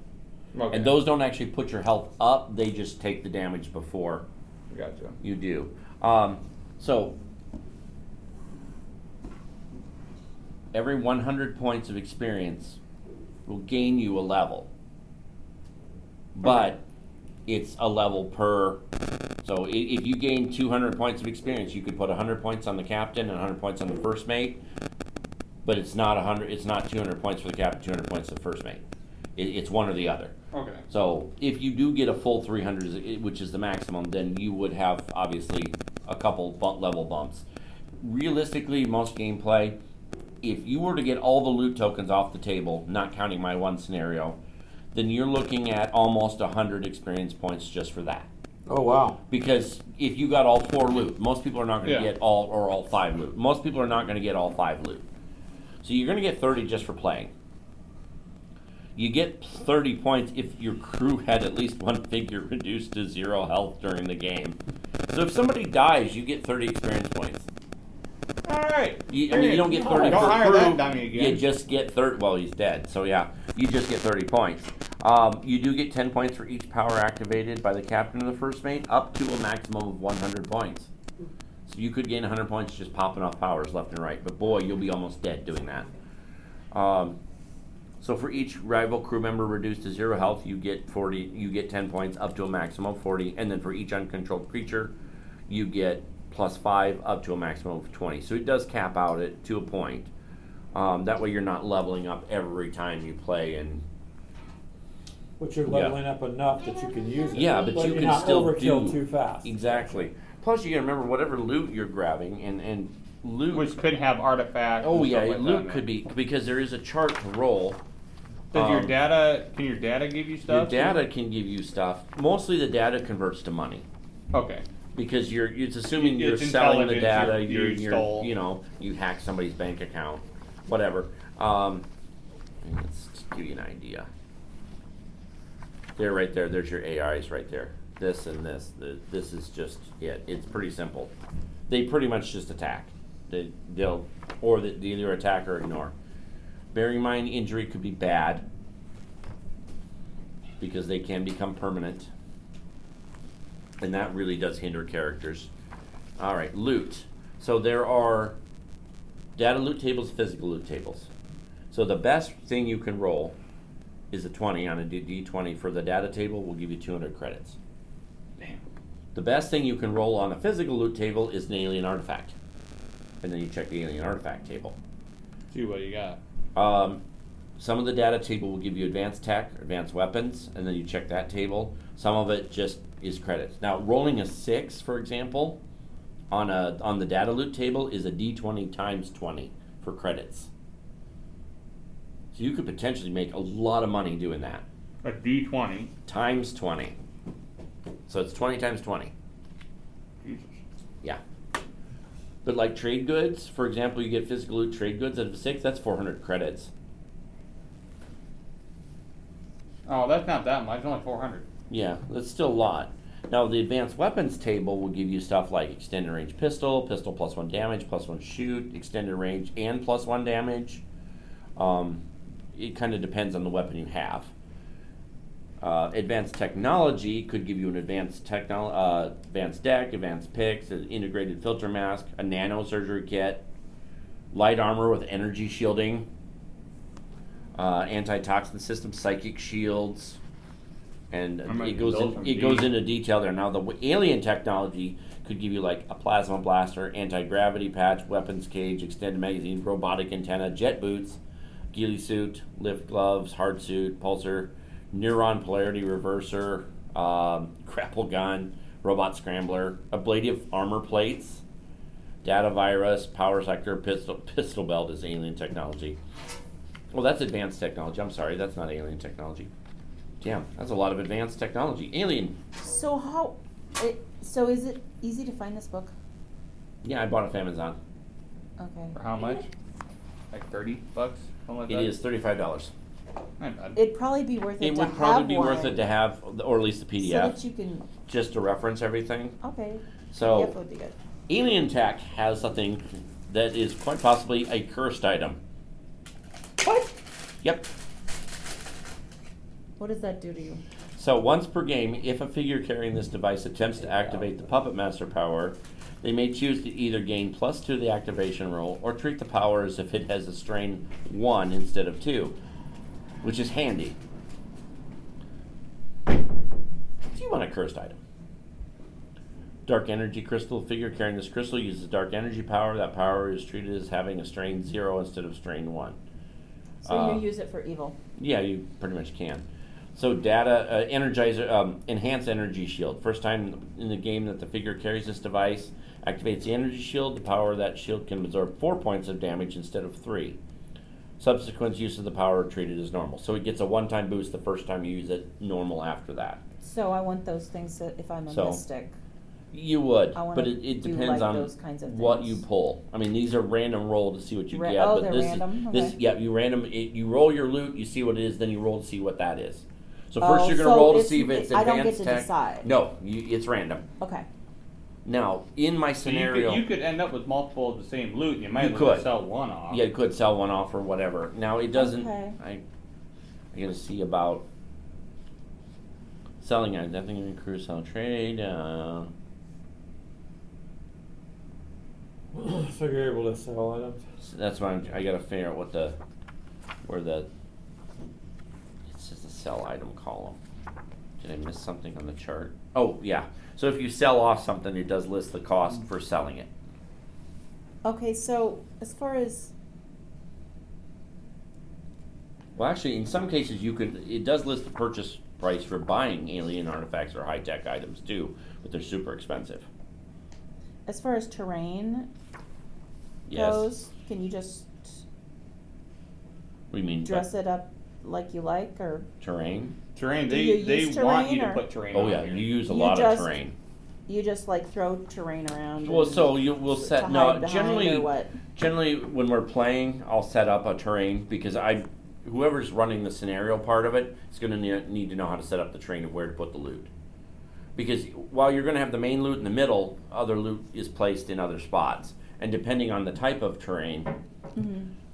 Okay.
And those don't actually put your health up; they just take the damage before
Gotcha.
you do. Um, so every 100 points of experience will gain you a level, but it's a level per. So i- if you gain 200 points of experience, you could put 100 points on the captain and 100 points on the first mate. But it's not 100. It's not 200 points for the captain, 200 points for the first mate. It, it's one or the other.
Okay.
So if you do get a full 300, which is the maximum, then you would have obviously a couple bump level bumps. Realistically, most gameplay, if you were to get all the loot tokens off the table, not counting my one scenario, then you're looking at almost 100 experience points just for that.
Oh wow.
Because if you got all four loot, most people are not going to
Yeah.
get all or all five loot. Most people are not going to get all five loot. So you're going to get 30 just for playing. You get 30 points if your crew had at least one figure reduced to zero health during the game. So if somebody dies, you get 30 experience points.
All right.
You, I mean, you don't get 30
Don't
per
hire
crew.
that dummy again.
You just get 30. Well, he's dead, so yeah. You just get 30 points. Um, you do get 10 points for each power activated by the captain of the first mate, up to a maximum of 100 points. So you could gain 100 points just popping off powers left and right, but boy, you'll be almost dead doing that. Um, so for each rival crew member reduced to zero health, you get 40. You get 10 points up to a maximum of 40, and then for each uncontrolled creature, you get plus five up to a maximum of 20. So it does cap out it to a point. Um, that way, you're not leveling up every time you play, and
But you're
Yeah.
leveling up enough that you can use it.
Yeah, but you
you're
can
not
still
overkill
do-
too fast.
exactly. Plus, you gotta remember whatever loot you're grabbing, and and loot.
Which could have artifacts.
oh
and
yeah,
stuff like that in
loot
it.
could be because there is a chart to roll.
Does your
um,
data? Can your data give you
Your
stuff?
data can give you stuff. Mostly, the data converts to money.
Okay.
because you're it's assuming
It's
you're selling the
intelligence,
data,
you-
you're,
you
you're,
stole.
you know you hack somebody's bank account, whatever. Um, let's just give you an idea. There, right there. There's your AIs right there. This and this. The, this is just it. It's pretty simple. They pretty much just attack. They, they'll or they, they either attack or ignore. Bearing in mind injury could be bad because they can become permanent. and that really does hinder characters. All right, loot. So there are data loot tables, physical loot tables. So the best thing you can roll is a 20 on a D- d20 for the data table will give you 200 credits.
Damn.
The best thing you can roll on a physical loot table is an alien artifact. And then you check the alien artifact table.
See what you got.
Um, some of the data table will give you advanced tech, advanced weapons, and then you check that table. Some of it just is credits. Now, rolling a six, for example, on a on the data loot table is a d20 times 20 for credits. So you could potentially make a lot of money doing that
A D twenty.
times 20. So it's 20 times 20.
Jesus.
Yeah. But like trade goods, for example, you get physical loot trade goods out of six, that's 400 credits.
Oh, that's not that much. Only four hundred.
Yeah, that's still a lot. Now, the advanced weapons table will give you stuff like extended range pistol, pistol plus one damage, plus one shoot, extended range, and plus one damage. Um, it kind of depends on the weapon you have. Uh, advanced technology could give you an advanced technol- uh, advanced deck, advanced picks, an integrated filter mask, a nano surgery kit, light armor with energy shielding, uh, antitoxin system, psychic shields, and
I'm
it
like,
goes
those
in,
are
it goes
deep.
into detail there. Now the w- alien technology could give you like a plasma blaster, anti gravity patch, weapons cage, extended magazine, robotic antenna, jet boots, ghillie suit, lift gloves, hard suit, pulsar, neuron polarity reverser, um, grapple gun, robot scrambler, ablative armor plates, data virus, power sector, pistol pistol belt is alien technology. Well, that's advanced technology. I'm sorry, that's not alien technology. Damn, that's a lot of advanced technology. Alien.
So how, it, so is it easy to find this book?
Yeah, I bought it off Amazon.
Okay.
For how much? Like thirty bucks. Something like
It
that?
is thirty-five dollars.
Not bad.
It'd probably be worth it,
It
to
would
have
probably be worth
one,
it to have, or at least the
so
PDF,
that you can.
just to reference everything.
Okay.
So.
PDF would be good.
Alien Tech has something that is quite possibly a cursed item.
What?
Yep.
What does that do to you?
So once per game, if a figure carrying this device attempts to activate the Puppet Master power, they may choose to either gain plus two to the activation roll or treat the power as if it has a strain one instead of two, which is handy. Do you want a cursed item? Dark energy crystal. Figure carrying this crystal uses dark energy power. That power is treated as having a strain zero instead of strain one.
So
Uh,
you use it for evil.
Yeah, you pretty much can. So data uh, energizer, um, enhanced energy shield. First time in the game that the figure carries this device, activates the energy shield. The power of that shield can absorb four points of damage instead of three. Subsequent use of the power treated as normal. So it gets a one-time boost the first time you use it. Normal after that.
So I want those things that if I'm a
So,
mystic.
You would,
I wanna
but it, it
do
depends
like
on
those kinds of
what you
things.
pull. I mean, these are random roll to see what you
Ra-
get.
oh,
but
they're
this
random?
Is, this,
Okay.
yeah, you random. It, you roll your loot. You see what it is. Then you roll to see what that is. So
Oh,
first, you're going to
so
roll to
it's-
see if it's
I
advanced
don't get to
tech.
decide.
No, you, it's random.
Okay.
Now, in my
So you,
scenario,
could, you could end up with multiple of the same loot. You might
You
as well
could.
just sell one off.
yeah, you could sell one off or whatever. Now it doesn't.
Okay.
I, I'm going to see about selling. I definitely going to cruise sell trade. Uh,
so you're able to sell items.
So that's why I'm, I gotta figure out what the, where the, it's just a sell item column. Did I miss something on the chart? Oh, yeah. So if you sell off something, it does list the cost for selling it.
Okay. So as far as
Well, actually, in some cases, you could, it does list the purchase price for buying alien artifacts or high-tech items too, but they're super expensive.
as far as terrain
Yes.
goes, can you just
We mean by
dress it up like you like, or
terrain?
Terrain.
Do
They
you
they
use
want you
terrain
to
or-
put terrain.
Oh,
on
yeah,
here.
you use a
You
lot of
just-
terrain.
you just like throw terrain around?
Well,
and
so you, we'll
to
set,
hide
no,
behind or
generally.
what?
generally when we're playing i'll set up a terrain because i whoever's running the scenario part of it is going to ne- need to know how to set up the terrain and where to put the loot because while you're going to have the main loot in the middle other loot is placed in other spots and depending on the type of terrain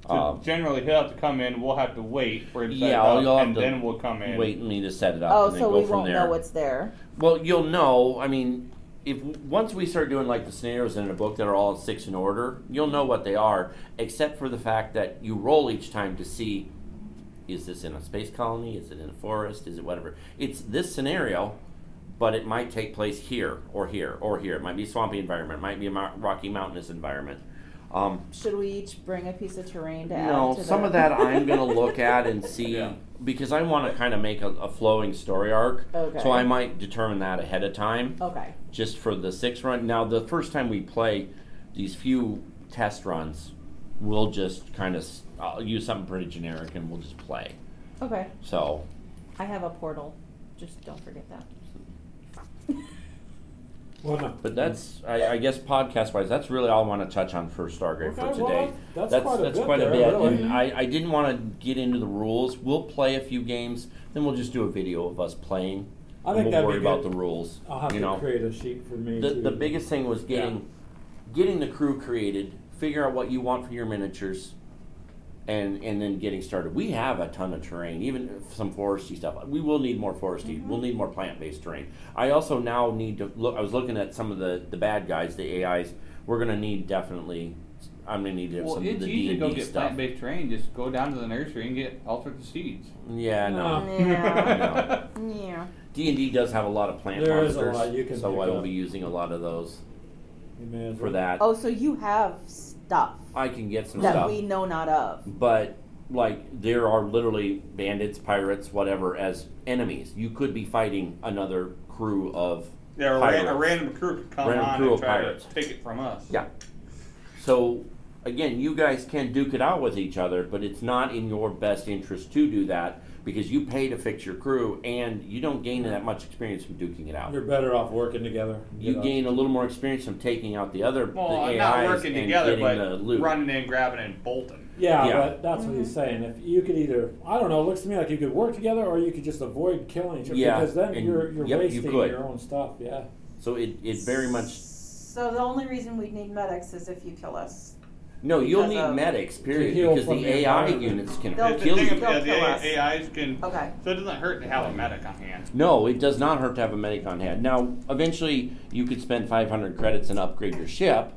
So
Um,
generally, he'll have to come in. We'll have to wait for him to set
Yeah,
it up,
you'll have
and
to
then we'll come in.
Wait, and need to set it up.
Oh,
and then
so
go
we
from
won't
there.
know what's there.
Well, you'll know. I mean, if once we start doing like the scenarios in a book that are all six in order, you'll know what they are, except for the fact that you roll each time to see is this in a space colony? Is it in a forest? Is it whatever? It's this scenario, but it might take place here or here or here. It might be a swampy environment. It might be a mo- rocky mountainous environment. Um,
Should we each bring a piece of terrain to add
no,
to
some
the-
of that I'm going to look at and see
Yeah.
because I want to kind of make a, a flowing story arc.
Okay.
So I might determine that ahead of time
Okay.
just for the six run. Now, the first time we play these few test runs, we'll just kind of I'll use something pretty generic and we'll just play.
Okay.
So,
I have a portal. Just don't forget that.
Well, no.
but that's I, I guess podcast wise, that's really all I want to touch on for Stargrave for
Okay, well,
today.
that's quite a
that's
bit
quite a
there,
bit.
really.
And I, I didn't want to get into the rules. We'll play a few games, then we'll just do a video of us playing.
I
and
think
we'll
that'd
worry
be
about
good.
the rules.
I'll have
you
to
know,
create a sheet for me.
the,
too.
the biggest thing was getting getting the crew created figure out what you want for your miniatures and and then getting started we have a ton of terrain even some foresty stuff we will need more foresty we'll
Mm-hmm.
need more plant-based terrain i also now need to look i was looking at some of the the bad guys the ais we're going to need definitely i'm going to need to have
Well,
some of
it's
the
easy to
d&d
go get
stuff
plant-based terrain. Just go down to the nursery and get all sorts of seeds.
yeah no
No.
Yeah.
No.
yeah.
d&d does have a lot of plant
There is
monsters
a lot you can
so
pick
i will
up. Mm-hmm.
be using a lot of those
You may as
for
well.
that
Oh, so you have stuff
i can get some
that
stuff
we know not of.
but like there are literally bandits, pirates, whatever as enemies. You could be fighting another crew of
Yeah, a, ran,
pirates.
a random crew could come
Random
on
crew
and
of
try
pirates.
to take it from us.
Yeah. So again, you guys can duke it out with each other, but it's not in your best interest to do that because you pay to fix your crew and you don't gain that much experience from duking it out.
You're better off working together.
You
know.
gain a little more experience from taking out the other
Well,
the
I'm
AIs
not working
and
together,
getting the
but
loot.
running in, grabbing it, and bolting.
Yeah,
Yeah.
but that's what he's saying. If you could either, I don't know, it looks to me like you could work together, or you could just avoid killing each other.
Yeah,
because then
and-
you're you're
yep, you
wasting
could.
your own stuff. Yeah.
So it, it very much
So the only reason we'd need medics is if you kill us.
no, you'll
Because
need
of-
medics,
To
period,
heal
because
from
the
the
AI
environment.
units can
They'll-
That's
kill
the
you.
thing
They'll
about the
kill
A-
us.
AIs can.
Okay.
So it doesn't hurt to have a medic on hand.
No, it does not hurt to have a medic on hand. Now, eventually, you could spend 500 credits and upgrade your ship,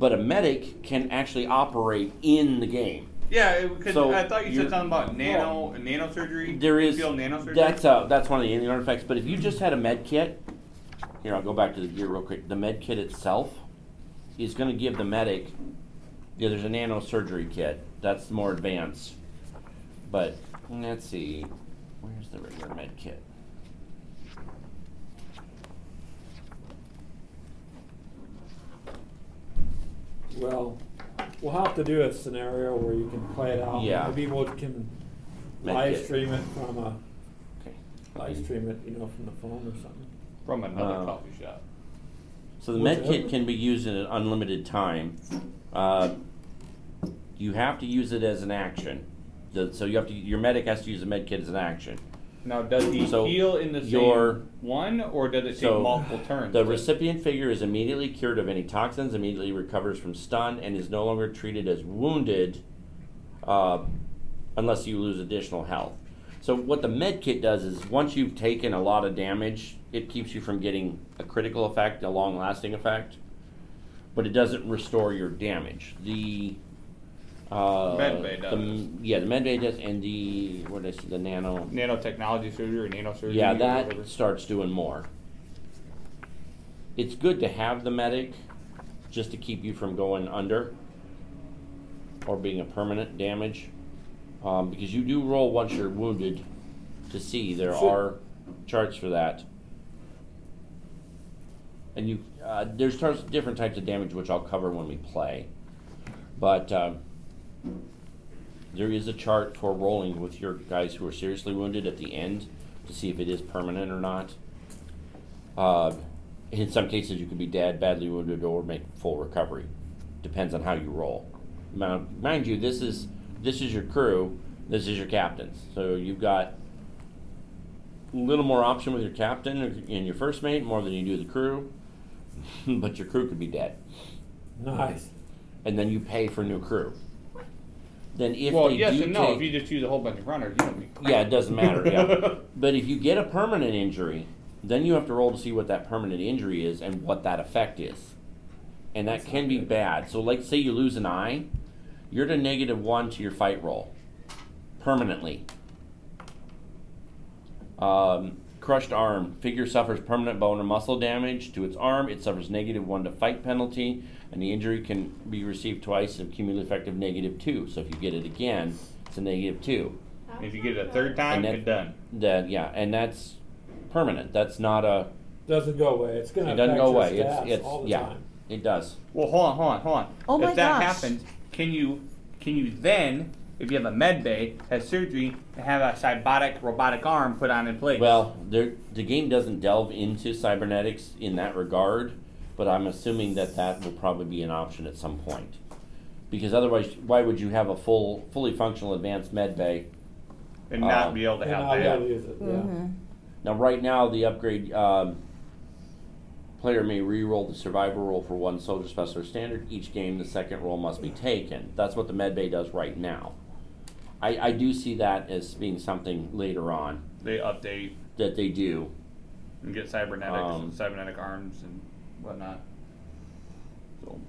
but a medic can actually operate in the game.
Yeah, because
So
I thought you
you're-
said something about nano nanosurgery.
There is
Field nanosurgery.
that's uh that's one of the artifacts. But if you just had a med kit, here I'll go back to the gear real quick. The med kit itself is going to give the medic. Yeah, there's a nano surgery kit that's more advanced, but let's see, where's the regular med kit?
Well, we'll have to do a scenario where you can play it out.
Yeah.
Maybe we can
Med
live
kit.
stream it from a
Okay.
live stream it, you know, from the phone or something.
From another
Oh.
coffee shop.
So the med
What's the
kit
other?
can be used in an unlimited time. Uh, you have to use it as an action. The, so you have to your medic has to use the med kit as an action.
Now, does he
So,
heal in the same
your-
one, or does it take
so,
multiple turns?
The recipient figure is immediately cured of any toxins, immediately recovers from stun, and is no longer treated as wounded uh, unless you lose additional health. So, what the med kit does is once you've taken a lot of damage, it keeps you from getting a critical effect, a long lasting effect, but it doesn't restore your damage. The uh,
Med bay does.
the- yeah, the med bay does, and the what is it, the nano?
Nanotechnology surgery or nanosurgery?
Yeah,
or whatever.
that starts doing more. It's good to have the medic just to keep you from going under or being a permanent damage. Um, because you do roll once you're wounded to see. There
Sure.
are charts for that. And you, uh, there's tons different types of damage, which I'll cover when we play. But um, there is a chart for rolling with your guys who are seriously wounded at the end to see if it is permanent or not. Uh, in some cases, you could be dead, badly wounded, or make full recovery. Depends on how you roll. Now, mind you, this is this is your crew, this is your captains. So you've got a little more option with your captain and your first mate more than you do the crew, but your crew could be dead
Nice.
and then you pay for new crew. then if
well,
they
yes
do
and no.
take,
If you just use a whole bunch of runners, you don't need crap.
yeah, it doesn't matter. Yeah, but if you get a permanent injury, then you have to roll to see what that permanent injury is and what that effect is, and that can be bad. So, like, say you lose an eye, you're at a negative one to your fight roll, permanently. Um, crushed arm. Figure suffers permanent bone or muscle damage to its arm. It suffers negative one to fight penalty, and the injury can be received twice of cumulative effect of negative two. So if you get it again, it's a negative two.
if you get it a third time,
And then-
you're done.
That yeah, and that's permanent. That's not a.
Doesn't go away. It's gonna
It doesn't
affect
go
your
away. It's-
stats
it's-
all the
yeah.
time.
It does.
Well, hold on, hold on, hold on.
Oh
if
my
that
gosh.
happens, can you can you then, if you have a med bay, have surgery and have a cybotic robotic arm put on in place?
Well, there, the game doesn't delve into cybernetics in that regard, but I'm assuming that that will probably be an option at some point, because otherwise, why would you have a full, fully functional advanced med bay
and not
uh,
be able to
And
have
I'll be
that.
able to use it. Yeah.
Mhm.
Now, right now, the upgrade um, player may re-roll the survival roll for one soldier special or standard. Each game, the second roll must be taken. That's what the med bay does right now. I, I do see that as being something later on
They update
that they do.
and get cybernetics,
Um,
and cybernetic arms, and whatnot. So,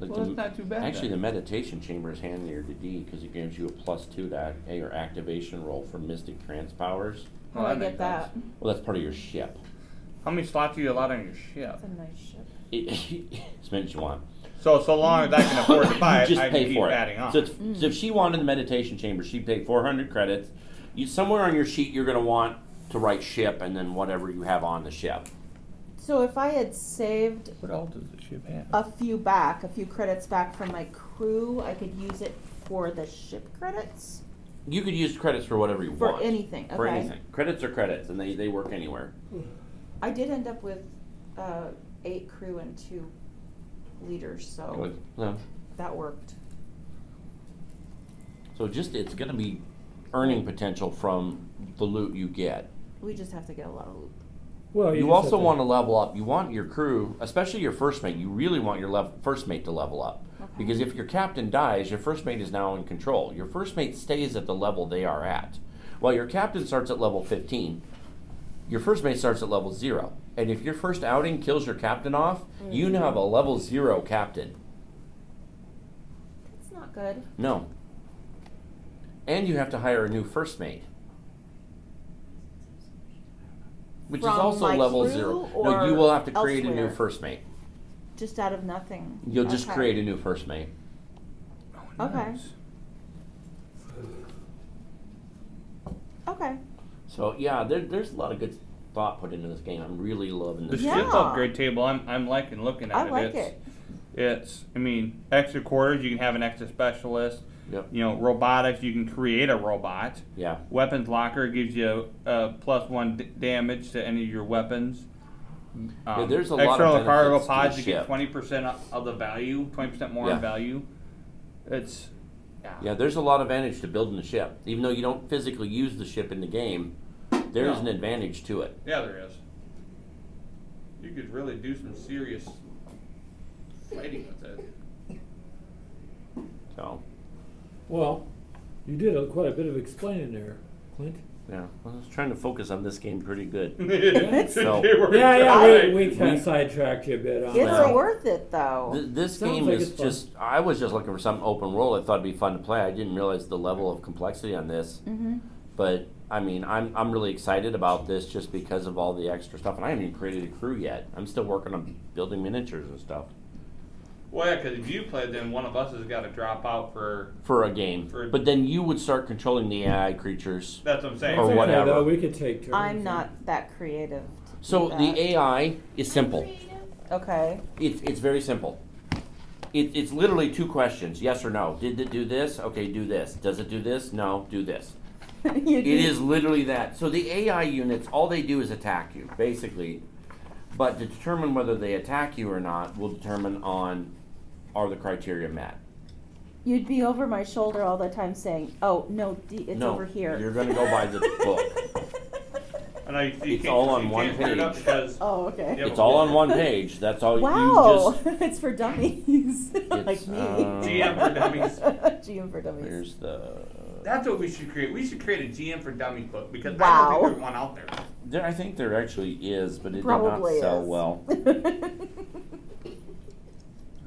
Like
well,
the-
that's not too bad.
actually, the
then.
meditation chamber is handier to D because it gives you a plus two to act, A or activation roll for mystic trance powers.
How do
Well,
I
that
get
makes
that?
sense.
Well, that's part of your ship.
How many slots are you allowed on your ship?
That's a nice ship.
it's meant you want.
So so long as I can afford to buy it,
just
I
pay
can keep
for it.
adding on.
So, if, so if she wanted the meditation chamber, she'd pay 400 credits. You somewhere on your sheet, you're going to want to write ship and then whatever you have on the ship.
So if I had saved
what else does the ship have?
a few back, a few credits back from my crew, I could use it for the ship credits
You could use credits for whatever you
for
want.
anything. Okay.
For anything. Credits are credits, and they, they work anywhere.
I did end up with uh, eight crew and two leaders,
Oh.
so
Good. So,
that worked.
so just it's going to be earning potential from the loot you get.
We just have to get a lot of loot.
Well,
You
Oh, just
also
have
want to level up. You want your crew, especially your first mate. You really want your lev- first mate to level up because if your captain dies, your first mate is now in control. Your first mate stays at the level they are at. While your captain starts at level 15, your first mate starts at level 0. And if your first outing kills your captain off, you now have a level 0 captain.
That's not good.
No. And you have to hire a new first mate. Which
From
is also
my
level
crew
zero.
or
No, you will have to create a
elsewhere?
new first mate.
Just out of nothing.
You'll just
Okay.
create a new first mate.
Okay. Okay.
So yeah, there, there's a lot of good thought put into this game. I'm really loving
The
this.
Yeah.
ship upgrade table, I'm, I'm liking looking at
I
it.
like
it's,
it.
It's, I mean, extra quarters, you can have an extra specialist.
Yep.
You know, robotics, you can create a robot.
Yeah.
Weapons locker gives you a, a plus one d- damage to any of your weapons. Um,
Yeah, there's a lot of
external cargo
benefits to the
pods, you get
ship.
20% o- of the value, 20% more
Yeah.
in value. It's, yeah.
Yeah, there's a lot of advantage to building the ship. Even though you don't physically use the ship in the game, there's
No.
an advantage to it.
Yeah, there is. You could really do some serious fighting with it.
So
Well, you did a- quite a bit of explaining there, Clint.
yeah. I was trying to focus on this game pretty good.
so,
So-
Yeah, yeah, we, we kind
We-
of sidetracked you a bit on
It's
Well-
worth it though.
Th- this
Sounds
game
like
is
it's fun.
just I was just looking for some open world I thought it'd be fun to play. I didn't realize the level of complexity on this.
Mm-hmm.
But I mean, I'm I'm really excited about this just because of all the extra stuff, and I haven't even created a crew yet. I'm still working on building miniatures and stuff
Well, yeah, because if you play, then one of us has got to drop out for.
for a game.
For-
But then you would start controlling the AI creatures.
That's what I'm saying.
Or
It's okay,
whatever.
though, we could take turns.
I'm not that creative. to do
So
that.
the AI is simple.
Okay.
It's it's very simple. It, it's literally two questions: yes or no. Did it do this? Okay, do this. Does it do this? No, do this.
You
It is literally that. So the AI units, all they do is attack you, basically. But to determine whether they attack you or not will determine on are the criteria met.
You'd be over my shoulder all the time saying, "Oh no, D, it's
No,
over here."
you're gonna go by the book.
I And I, you
It's
can't,
all on
you
one
can't Clear it up
page.
because
Oh, okay.
Yeah,
It's all on one page. That's all
Wow,
you just.
it's for dummies, like me.
uh,
GM for dummies.
GM for dummies.
Here's the.
that's what we should create. We should create a GM for Dummy book because I don't
Wow.
think there's one out there.
There, I think there actually is, but it
Probably
did not sell
is.
well.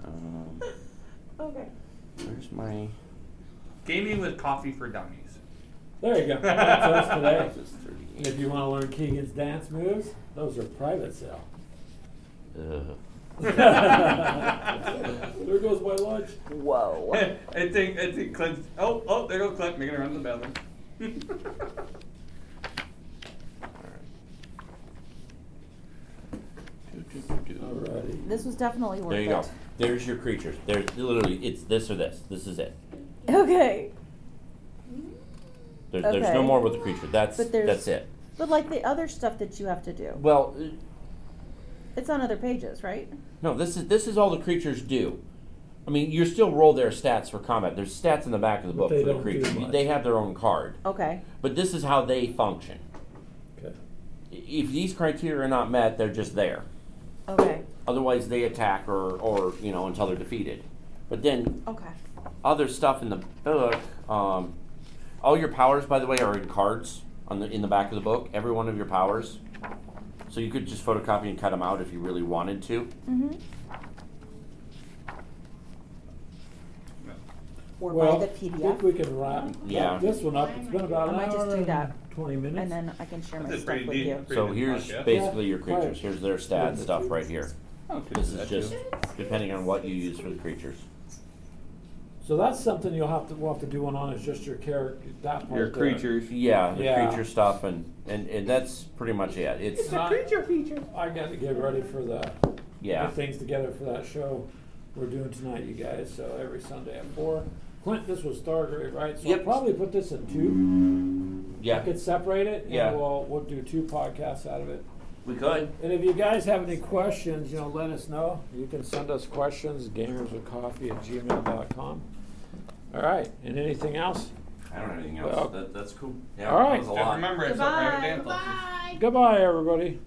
Um,
okay.
where's my?
Gaming with coffee for dummies.
There you go. That's us today.
This is
And if
38.
you want to learn Keegan's dance moves, those are private sale.
Ugh.
there goes my lunch.
Whoa.
I think I think Clint's oh oh there goes Clint making a run to the bathroom.
Do, do, do, do.
Alrighty.
This was definitely worth
There you
it.
go. There's your creatures. There's literally it's this or this. This is it.
Okay.
Mm-hmm.
There, There's no
Okay.
more with the creature. That's
But there's-
that's it.
But like the other stuff that you have to do,
Well, uh,
it's on other pages, right?
no. This is this is all the creatures do. I mean, you still roll their stats for combat. There's stats in the back of the book
But they
for the
don't do
creature.
much.
They have their own card,
Okay.
but this is how they function.
Okay.
If these criteria are not met, they're just there.
Okay.
Otherwise, they attack or or you know until they're defeated. But then
Okay.
other stuff in the book. Um, all your powers, by the way, are in cards on the in the back of the book. Every one of your powers, so you could just photocopy and cut them out if you really wanted to.
Mhm. Or
Well,
buy the
I
PDF,
think we can wrap
Yeah.
this one up. It's been about
I
an
might just
hour
do that.
and twenty minutes.
and then I can share my
That's
stuff
pretty
with
deep.
you.
So here's
Yeah.
basically your
Yeah.
creatures. Here's their stat
Yeah.
stuff right here.
Oh,
This is just depending on what you use for the creatures.
So that's something you'll have to we'll have to do one on is just your character that part.
Your
there.
creatures.
Yeah, the
Yeah.
creature stuff and, and and that's pretty much it. It's
a creature
feature.
I got to get ready for the
yeah.
get things together for that show we're doing tonight, you guys. So every Sunday at four. Clint, this was Stargate, right? So
Yep.
I'll probably put this in two. I
Yeah,
could separate it, and
Yeah.
we'll we'll do two podcasts out of it.
we could.
And if you guys have any questions, you know, let us know. You can send us questions, gamerswithcoffee at gmail.com. All right, and anything else?
I don't have anything
Well,
else. That, that's cool. Yeah,
all
that
right.
was a
Just
lot.
remember it's a rare
Goodbye.
dance lesson.
Goodbye, everybody.